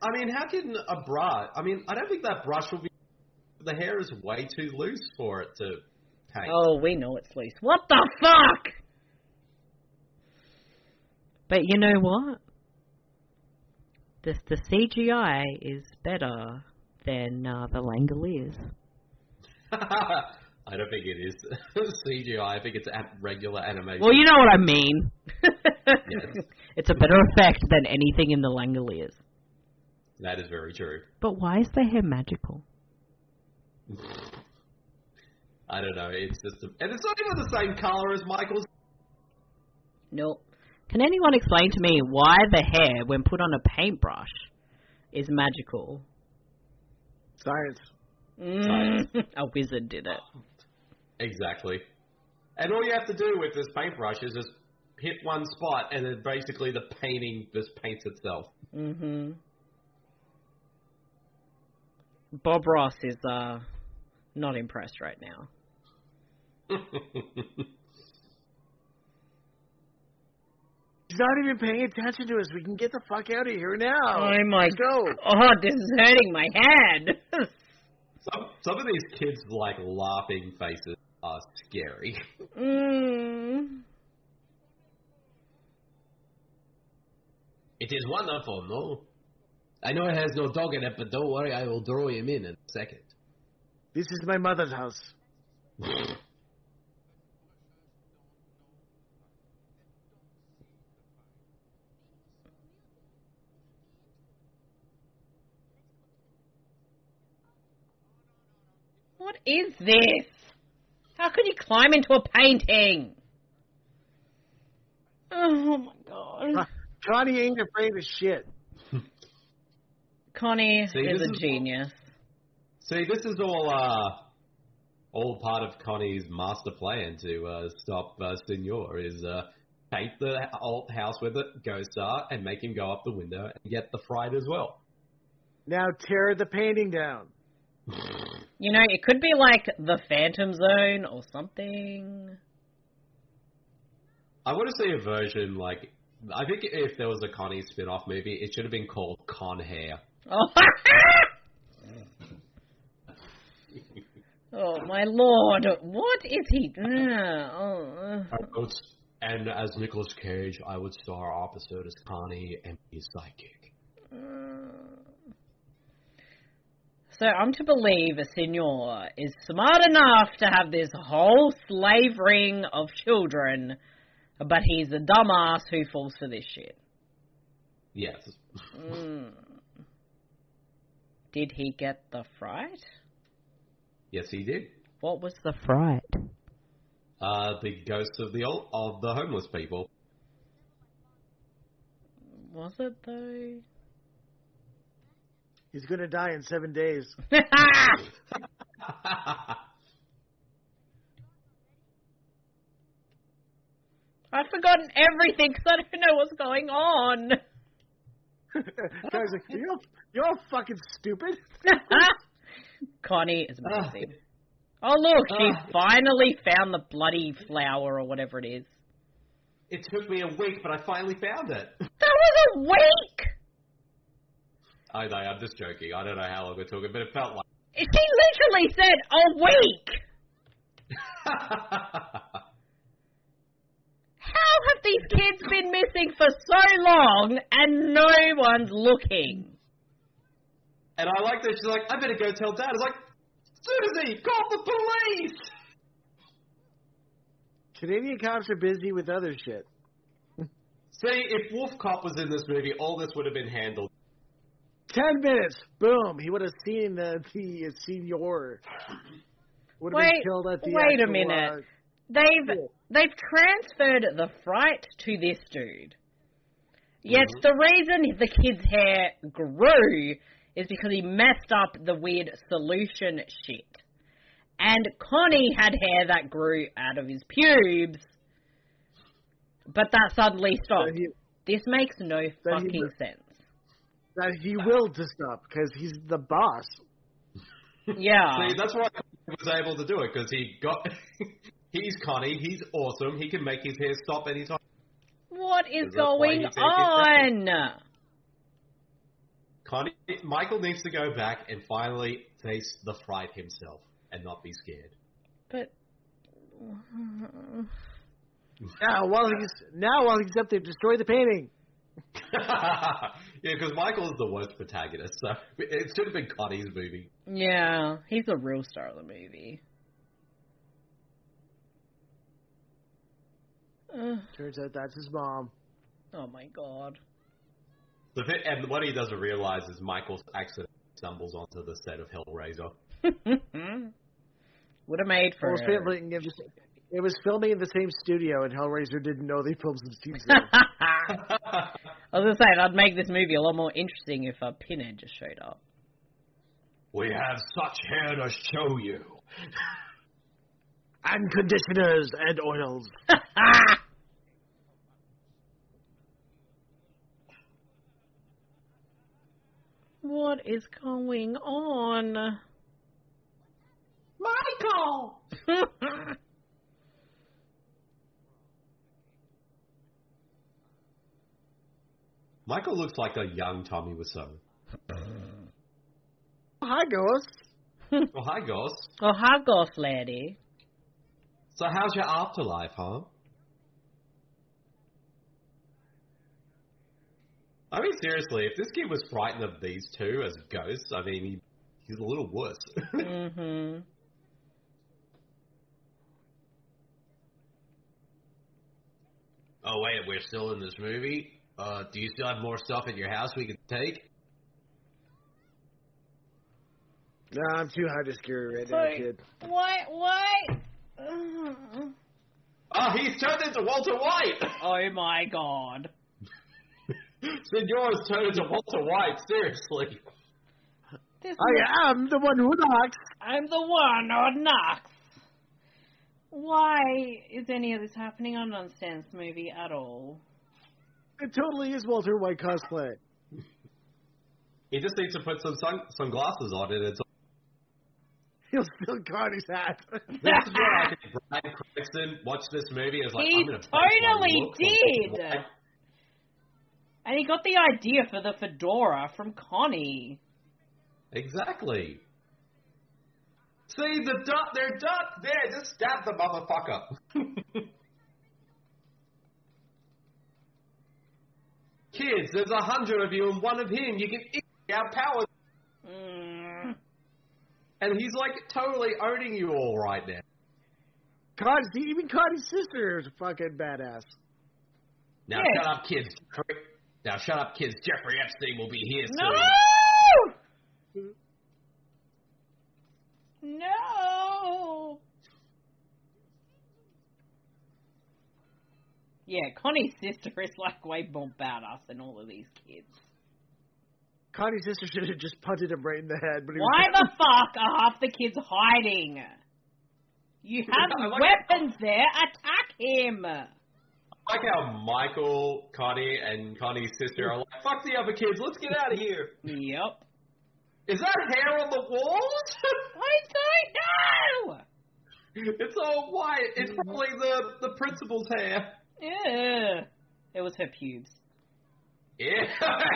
C: I mean, how can a bra? I mean, I don't think that brush will be. The hair is way too loose for it to paint.
B: Oh, we know it's loose. What the fuck? But you know what? The the CGI is better than uh, the Langoliers.
C: *laughs* I don't think it is *laughs* CGI. I think it's at regular animation.
B: Well, you know what I mean.
C: *laughs* Yes.
B: It's a better effect than anything in the Langoliers.
C: That is very true.
B: But why is their hair magical?
C: I don't know. It's just, a, and it's not even the same color as Michael's.
B: Nope. Can anyone explain to me why the hair, when put on a paintbrush, is magical?
D: science.
B: Mm, *laughs* a wizard did it.
C: Exactly. And all you have to do with this paintbrush is just hit one spot, and then basically the painting just paints itself.
B: hmm Bob Ross is uh, not impressed right now.
D: He's not even paying attention to us. We can get the fuck out of here now.
B: oh my
D: Let's go.
B: god, this is hurting my head. *laughs*
C: Some some of these kids like laughing faces are scary.
B: mm.
C: *laughs* It is wonderful, no? I know it has no dog in it, but don't worry, I will draw him in in a second.
D: This is my mother's house.
B: What is this? How could you climb into a painting? Oh my god.
D: Connie ain't afraid of shit.
B: Connie
C: See,
B: is
C: this
B: a
C: is-
B: genius.
C: See, this is all uh, all part of Connie's master plan to uh, stop uh, Senor is uh, paint the old house where the ghosts are and make him go up the window and get the fright as well.
D: Now tear the painting down.
B: You know, it could be like the Phantom Zone or something. *laughs*
C: I want to see a version like I think if there was a Connie spin-off movie, it should have been called Con Hair.
B: Oh, Oh, my lord. What is he? Ah, oh, uh.
C: And as Nicolas Cage, I would star opposite as Connie and be a sidekick.
B: So I'm to believe a senor is smart enough to have this whole slave ring of children, but he's a dumbass who falls for this shit.
C: Yes.
B: Mm. Did he get the fright?
C: Yes, he did.
B: What was the fright?
C: Uh, the ghosts of the old, of the homeless people.
B: Was it though?
D: He's gonna die in seven days.
B: I've forgotten everything because I don't know what's going on.
D: *laughs* Guys, like, you're all- you're all fucking stupid.
B: *laughs* Connie is amazing. oh look, she
C: Ah.
B: finally found the bloody flower or whatever it is.
C: it took me a week, but I finally found it. *laughs*
B: That was a week.
C: I know, I'm just joking. I don't know how long we're talking, but it felt like. *laughs*
B: She literally said a week. How have these kids been missing for so long and no one's looking?
C: and I like that she's like, I better go tell dad. It's like, Susie, call the police!
D: Canadian cops are busy with other shit.
C: See, if Wolf Cop was in this movie, all this would have been handled.
D: Ten minutes, boom. He would have seen the the senior. Would have been
B: Wait,
D: killed at the
B: wait a
D: actual,
B: minute.
D: uh,
B: They've
D: Yeah.
B: they've transferred the fright to this dude. Yet the reason the kid's hair grew is because he messed up the weird solution shit. And Connie had hair that grew out of his pubes, but that suddenly stopped.
D: that, he,
B: this makes no
D: he
B: fucking
D: re-
B: sense. *laughs*
D: that he will just stop because he's the boss.
B: Yeah. Uh-huh.
C: See, that's why he was able to do it, because he got. *laughs* he's Connie, he's awesome, he can make his hair stop anytime.
B: What is
C: That's why he
B: going
C: takes his
B: on?
C: Connie, Michael needs to go back and finally face the fright himself and not be scared. *laughs*
B: But
D: Now while he's now while he's up there, destroy the painting.
C: yeah, because Michael's the worst protagonist, so it should have been Connie's movie.
B: yeah, he's the real star of the movie. Ugh.
D: Turns out that's his mom.
B: Oh my god.
C: The bit, and what he doesn't realize is Michael accidentally stumbles onto the set of Hellraiser.
B: Would have made for
D: Well, his
B: her.
D: family- it was- It was filming in the same studio, and Hellraiser didn't know they filmed some
B: *laughs*
D: scenes. there.
B: I was gonna say that'd make this movie a lot more interesting if a pinhead just showed up.
C: We have such hair to show you.
D: and conditioners and oils.
B: What is going on? *laughs*
E: Michael!
C: Michael looks like a young Tommy Wiseau.
D: Hi, ghost.
C: Well, hi, Goss.
B: oh, Hogwarts lady.
C: So how's your afterlife, huh? I mean, seriously, if this kid was frightened of these two as ghosts, I mean, he, he's a little worse.
B: hmm
C: oh, wait, we're still in this movie? Uh, do you still have more stuff at your house we can take?
D: No, I'm too high to scare right now,
B: Sorry.
D: kid.
B: Why? Why? Ugh.
C: Oh, he's turned into Walter White!
B: *sighs*
C: *laughs*
B: Oh my god.
C: Senora's turned into Walter White, seriously.
B: This
D: I am the one who knocks.
B: I'm the one on Knox. Why is any of this happening? I don't understand this movie at all.
D: It totally is Walter White cosplay.
C: He just needs to put some sun- sunglasses on
B: *laughs*
C: and it's
D: *laughs* He'll steal Connie's *laughs* hat.
C: This is where I think Brian Cranston watched this movie and was like,
B: He
C: I'm gonna fix my
B: totally
C: look.
B: did. And he got the idea for the fedora from Connie.
C: Exactly. See the duck? They're duck. There, just stab the motherfucker. *laughs* Kids, there's a hundred of you and one of him. You can eat our power.
B: Mm.
C: And he's like totally owning you all right now.
D: Connie, even Connie's sister is fucking badass.
C: Now
B: Yeah.
C: shut up, kids. Now shut up, kids. Jeffrey Epstein will be here soon.
B: No! No! Yeah, Connie's sister is like way more badass than all of these kids.
D: Connie's sister should have just punted him right in the head. But he
B: Why
D: was,
B: the fuck are half the kids hiding? You have
C: I like-
B: weapons there, attack him!
C: I like how Michael, Connie, and Connie's sister are like, "Fuck the other kids. Let's get out of here."
B: Yep.
C: Is that hair on the walls?
B: I don't
C: *laughs*
B: know!
C: it's all white. It's probably the the principal's hair.
B: Yeah. It was her pubes.
C: Yeah. *laughs*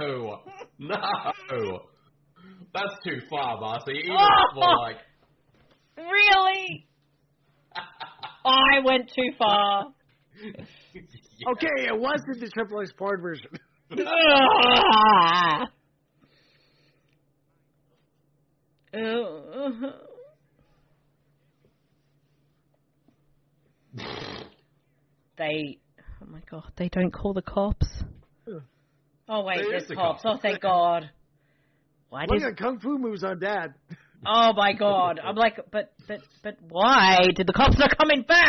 C: no. No. That's too far, Marcy. Even it's more
B: Oh.
C: like
B: Really? *laughs* I went too *laughs* far.
D: okay, it was in the triple X porn version. *laughs*
B: Ugh. Ugh. they, oh my god, they don't call the cops. Oh wait,
C: There
B: there's
C: is the
B: cops.
C: cops.
B: Oh thank God. Why
D: Look
B: did?
D: at kung fu moves on Dad.
B: Oh my God! I'm like, but but but why did the cops not come in first? *laughs*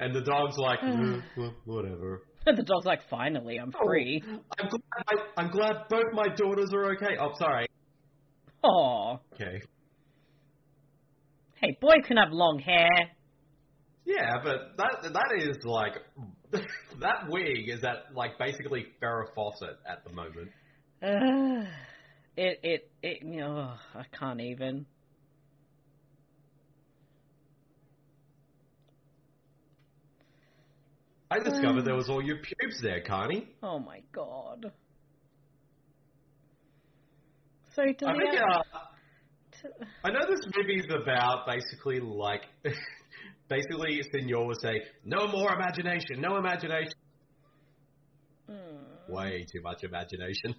C: And the dog's like,
B: Hmm.
C: "Mm, wh- whatever.
B: the dog's like, finally, I'm
C: Oh.
B: free.
C: I'm glad, I, I'm glad both my daughters are okay. Oh, sorry.
B: Oh,
C: Okay.
B: hey, boy can have long
C: *sighs*
B: hair.
C: Yeah, but that that is like *laughs* that wig is at like basically Farrah Fawcett at the moment.
B: Ugh. it it it you know, ugh, I can't even.
C: I discovered there was all your pubes there, Connie.
B: Oh my god. So do
C: I
B: they
C: think
B: have-
C: uh, I know this movie's about basically like *laughs* basically Senor would say, No more imagination, no imagination. Way too much imagination.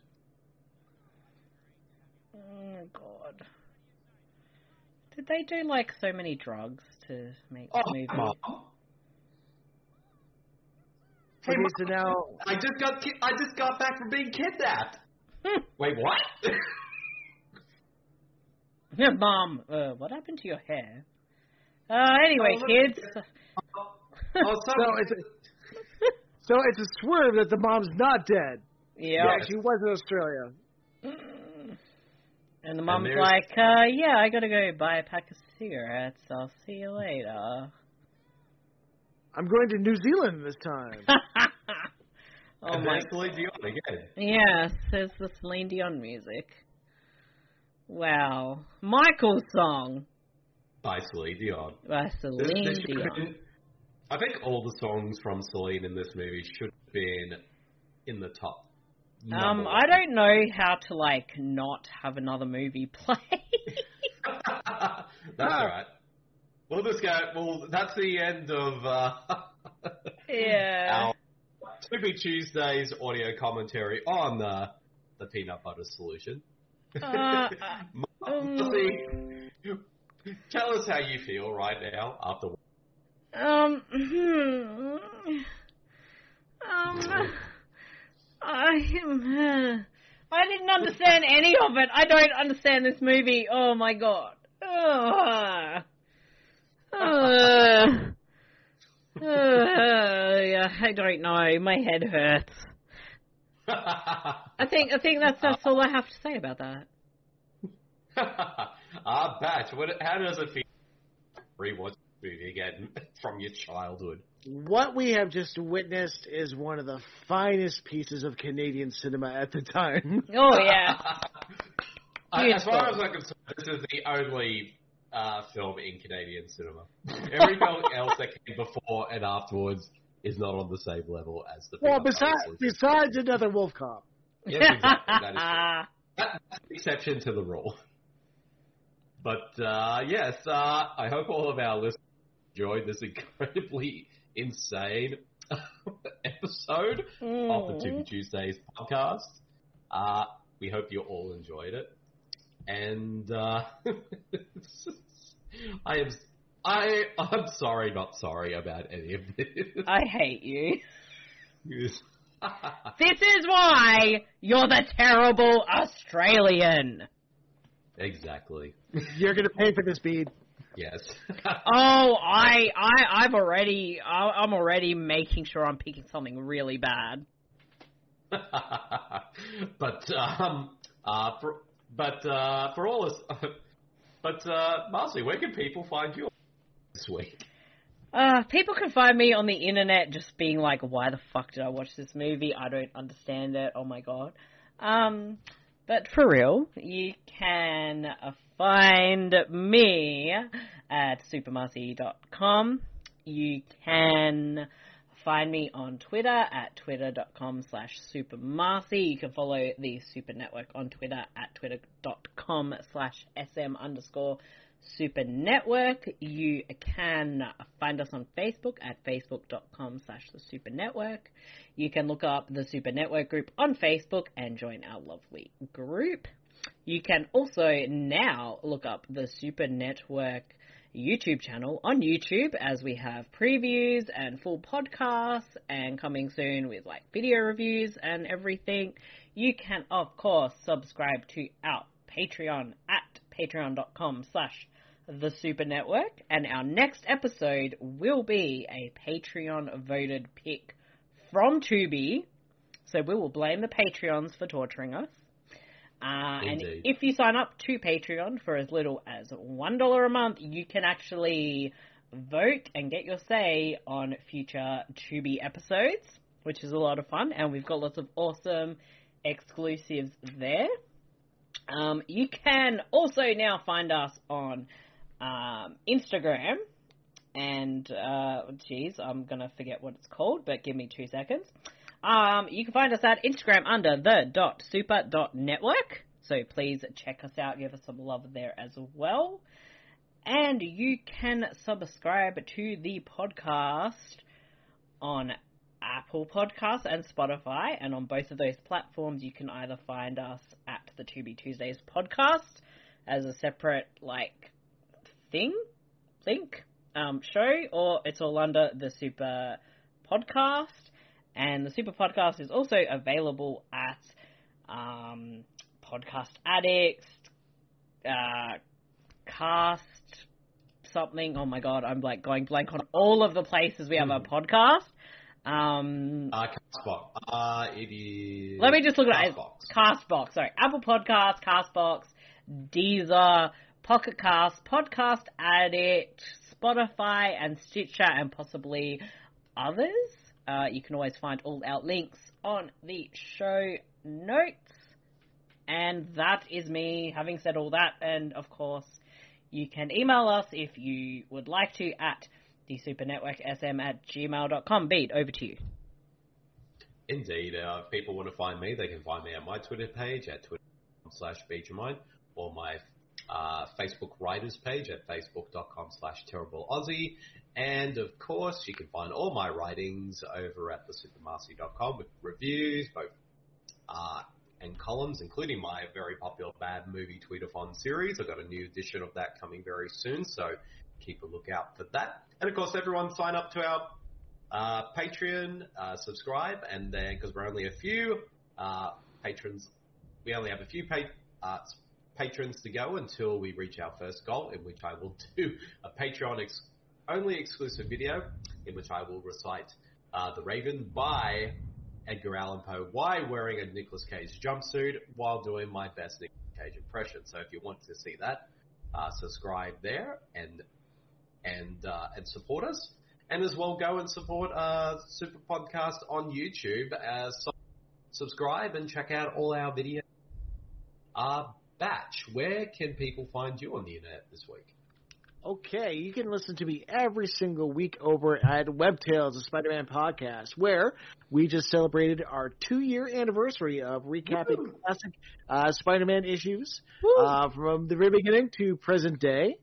B: oh god. Did they do like so many drugs to make
C: Oh,
B: the movie?
C: come on. Hey,
D: Okay, so now
C: I just got ki- I just got back from being kidnapped. Wait, what? *laughs*
B: Yeah, *laughs* Mom, uh, what happened to your hair? Uh, anyway,
C: Oh, look- *laughs*
B: kids.
C: oh, so,
D: so it's a, so it's a swerve that the mom's not dead.
B: Yeah.
C: Yes.
D: She was in Australia.
B: And the mom's
C: there's-
B: like, uh, yeah, I gotta go buy a pack of cigarettes. I'll see you later.
D: I'm going to New Zealand this *laughs* time.
B: oh
C: and
B: my
C: there's Celine Dion again.
B: Yes, there's the Celine Dion music. Wow. Michael's song
C: By Celine Dion.
B: by
C: This-
B: Celine
C: this should have
B: Dion.
C: been- I think all the songs from Celine in this movie should have been in the top. number
B: Um,
C: one.
B: I don't know how to like not have another movie *laughs* play.
C: *laughs* That's all right. Well, this guy. Well, that's the end of uh, *laughs*
B: yeah.
C: our To Be Tuesday's audio commentary on uh, the peanut butter solution.
B: Uh, Um.
C: Marcy, *laughs* tell us how you feel right now after.
B: um. hmm. Um. I am. uh, I didn't understand any of it. I don't understand this movie. Oh my god. Oh. Uh. Ugh. Ugh. Ugh. Yeah, I don't know. My head hurts.
C: *laughs*
B: *laughs* I think I think that's that's all I have to say about that.
C: *laughs* Ah, Batch, what, how does it feel? Rewatch the movie again *laughs* from your childhood.
D: what we have just witnessed is one of the finest pieces of Canadian cinema at the time.
B: Oh yeah.
C: I, as
B: Beautiful.
C: far as I'm concerned, this is the only uh, film in Canadian cinema.
D: *laughs*
C: Everything else that came before and afterwards is not on the same level as the.
D: Well,
C: Peanut Butter
D: besides
C: Solution.
D: besides another wolf cop.
C: Yes, exactly. That is true. That's the exception to the rule. But uh, yes, uh, I hope all of our listeners enjoyed this incredibly insane *laughs* episode of the Two Tuesdays podcast. Uh, we hope you all enjoyed it, and uh, *laughs* I am I I'm sorry, not sorry about any of this.
B: I hate you. This is why you're the terrible Australian.
C: *laughs* exactly.
D: You're gonna pay for this bead.
C: Yes. *laughs*
B: Oh, I, I, I've already, I, I'm already making sure I'm picking something really bad.
C: *laughs* but um, uh, for but uh, for all this, *laughs* but uh, Marcy, where can people find you this week?
B: Uh, people can find me on the internet just being like, why the fuck did I watch this movie? I don't understand it. Oh my god. Um, but for real, you can uh, find me at supermarcy.com. You can find me on Twitter at twitter.com slash supermarcy. You can follow the Super Network on Twitter at twitter.com slash sm underscore Super Network. You can find us on Facebook at facebook.com slash the Super Network. You can look up the Super Network group on Facebook and join our lovely group. You can also now look up the Super Network YouTube channel on YouTube as we have previews and full podcasts and coming soon with like video reviews and everything. You can of course subscribe to our Patreon at patreon.com slash the Super Network and our next episode will be a Patreon voted pick from Tubi. So we will blame the Patreons for torturing us. Uh, and
C: Indeed.
B: if you sign up to Patreon for as little as $1 a month, you can actually vote and get your say on future Tubi episodes, which is a lot of fun. And we've got lots of awesome exclusives there. Um, you can also now find us on um, Instagram. And, uh, geez, I'm going to forget what it's called, but give me two seconds. Um, you can find us at Instagram under the dot super dot network. So please check us out. Give us some love there as well. And you can subscribe to the podcast on Apple Podcasts and Spotify. And on both of those platforms, you can either find us at the To Be Tuesdays podcast as a separate, like, thing, think, um, show, or it's all under the Super Podcast. And the Super Podcast is also available at um, Podcast Addicts, uh, Cast something. Oh my god, I'm like going blank on all of the places we have our podcast. Um,
C: Uh, Castbox. Uh, it is.
B: let me just look at it.
C: Castbox.
B: Castbox, sorry, Apple Podcasts, Castbox, Deezer, Pocket Cast, Podcast Addict, Spotify, and Stitcher, and possibly others. Uh, you can always find all our links on the show notes. And that is me having said all that. And of course, you can email us if you would like to at the supernetworksm at gmail.com. Beat, over to you.
C: Indeed. Uh, if people want to find me, they can find me at my Twitter page at twitter.com slash Beechermind or my uh, Facebook writers page at facebook.com slash terrible Aussie. And of course, you can find all my writings over at thesupermarcy.com with reviews, both uh, and columns, including my very popular bad movie tweet-a-thon series. I've got a new edition of that coming very soon, so keep a lookout for that. And of course, everyone sign up to our uh, Patreon, uh, subscribe, and then because we're only a few uh, patrons, we only have a few pa- uh, s- patrons to go until we reach our first goal, in which I will *laughs* do a Patreon ex- only exclusive video, in which I will recite uh, The Raven by Edgar Allan Poe while wearing a Nicolas Cage jumpsuit while doing my best Nicolas Cage impression. So if you want to see that, uh, subscribe there and and uh, and support us. And as well, go and support uh, Super Podcast on YouTube. Uh, so subscribe and check out all our videos. Uh, Batch, where can people find you on the internet this week?
D: Okay, you can listen to me every single week over at WebTales, the Spider Man podcast, where we just celebrated our two year anniversary of recapping classic uh, Spider Man issues uh, from the very beginning to present day.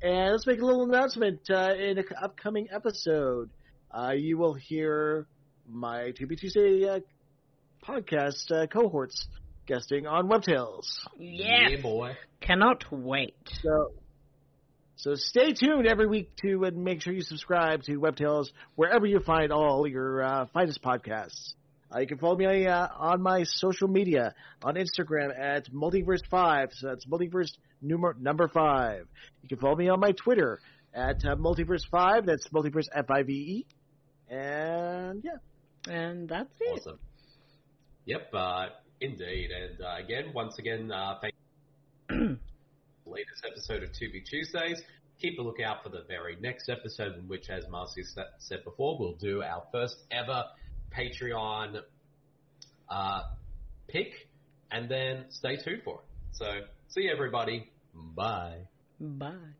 D: And let's make a little announcement uh, in an upcoming episode. Uh, you will hear my 2B Tuesday uh, podcast uh, cohorts guesting on WebTales.
B: Yes.
C: Yeah, boy.
B: Cannot wait.
D: So, So stay tuned every week to and make sure you subscribe to Webtails wherever you find all your uh, finest podcasts. Uh, you can follow me uh, on my social media on Instagram at Multiverse Five. So that's Multiverse numer- number five. You can follow me on my Twitter at uh, Multiverse Five. That's Multiverse F I V E. And yeah,
B: And that's it.
C: Awesome. Yep, uh, indeed. And uh, again, once again, uh, thank the *clears throat* latest episode of 2B Tuesdays. Keep a lookout for the very next episode, in which, as Marcy sa- said before, we'll do our first ever Patreon uh, pick. And then stay tuned for it. So, see you, everybody. Bye.
B: Bye.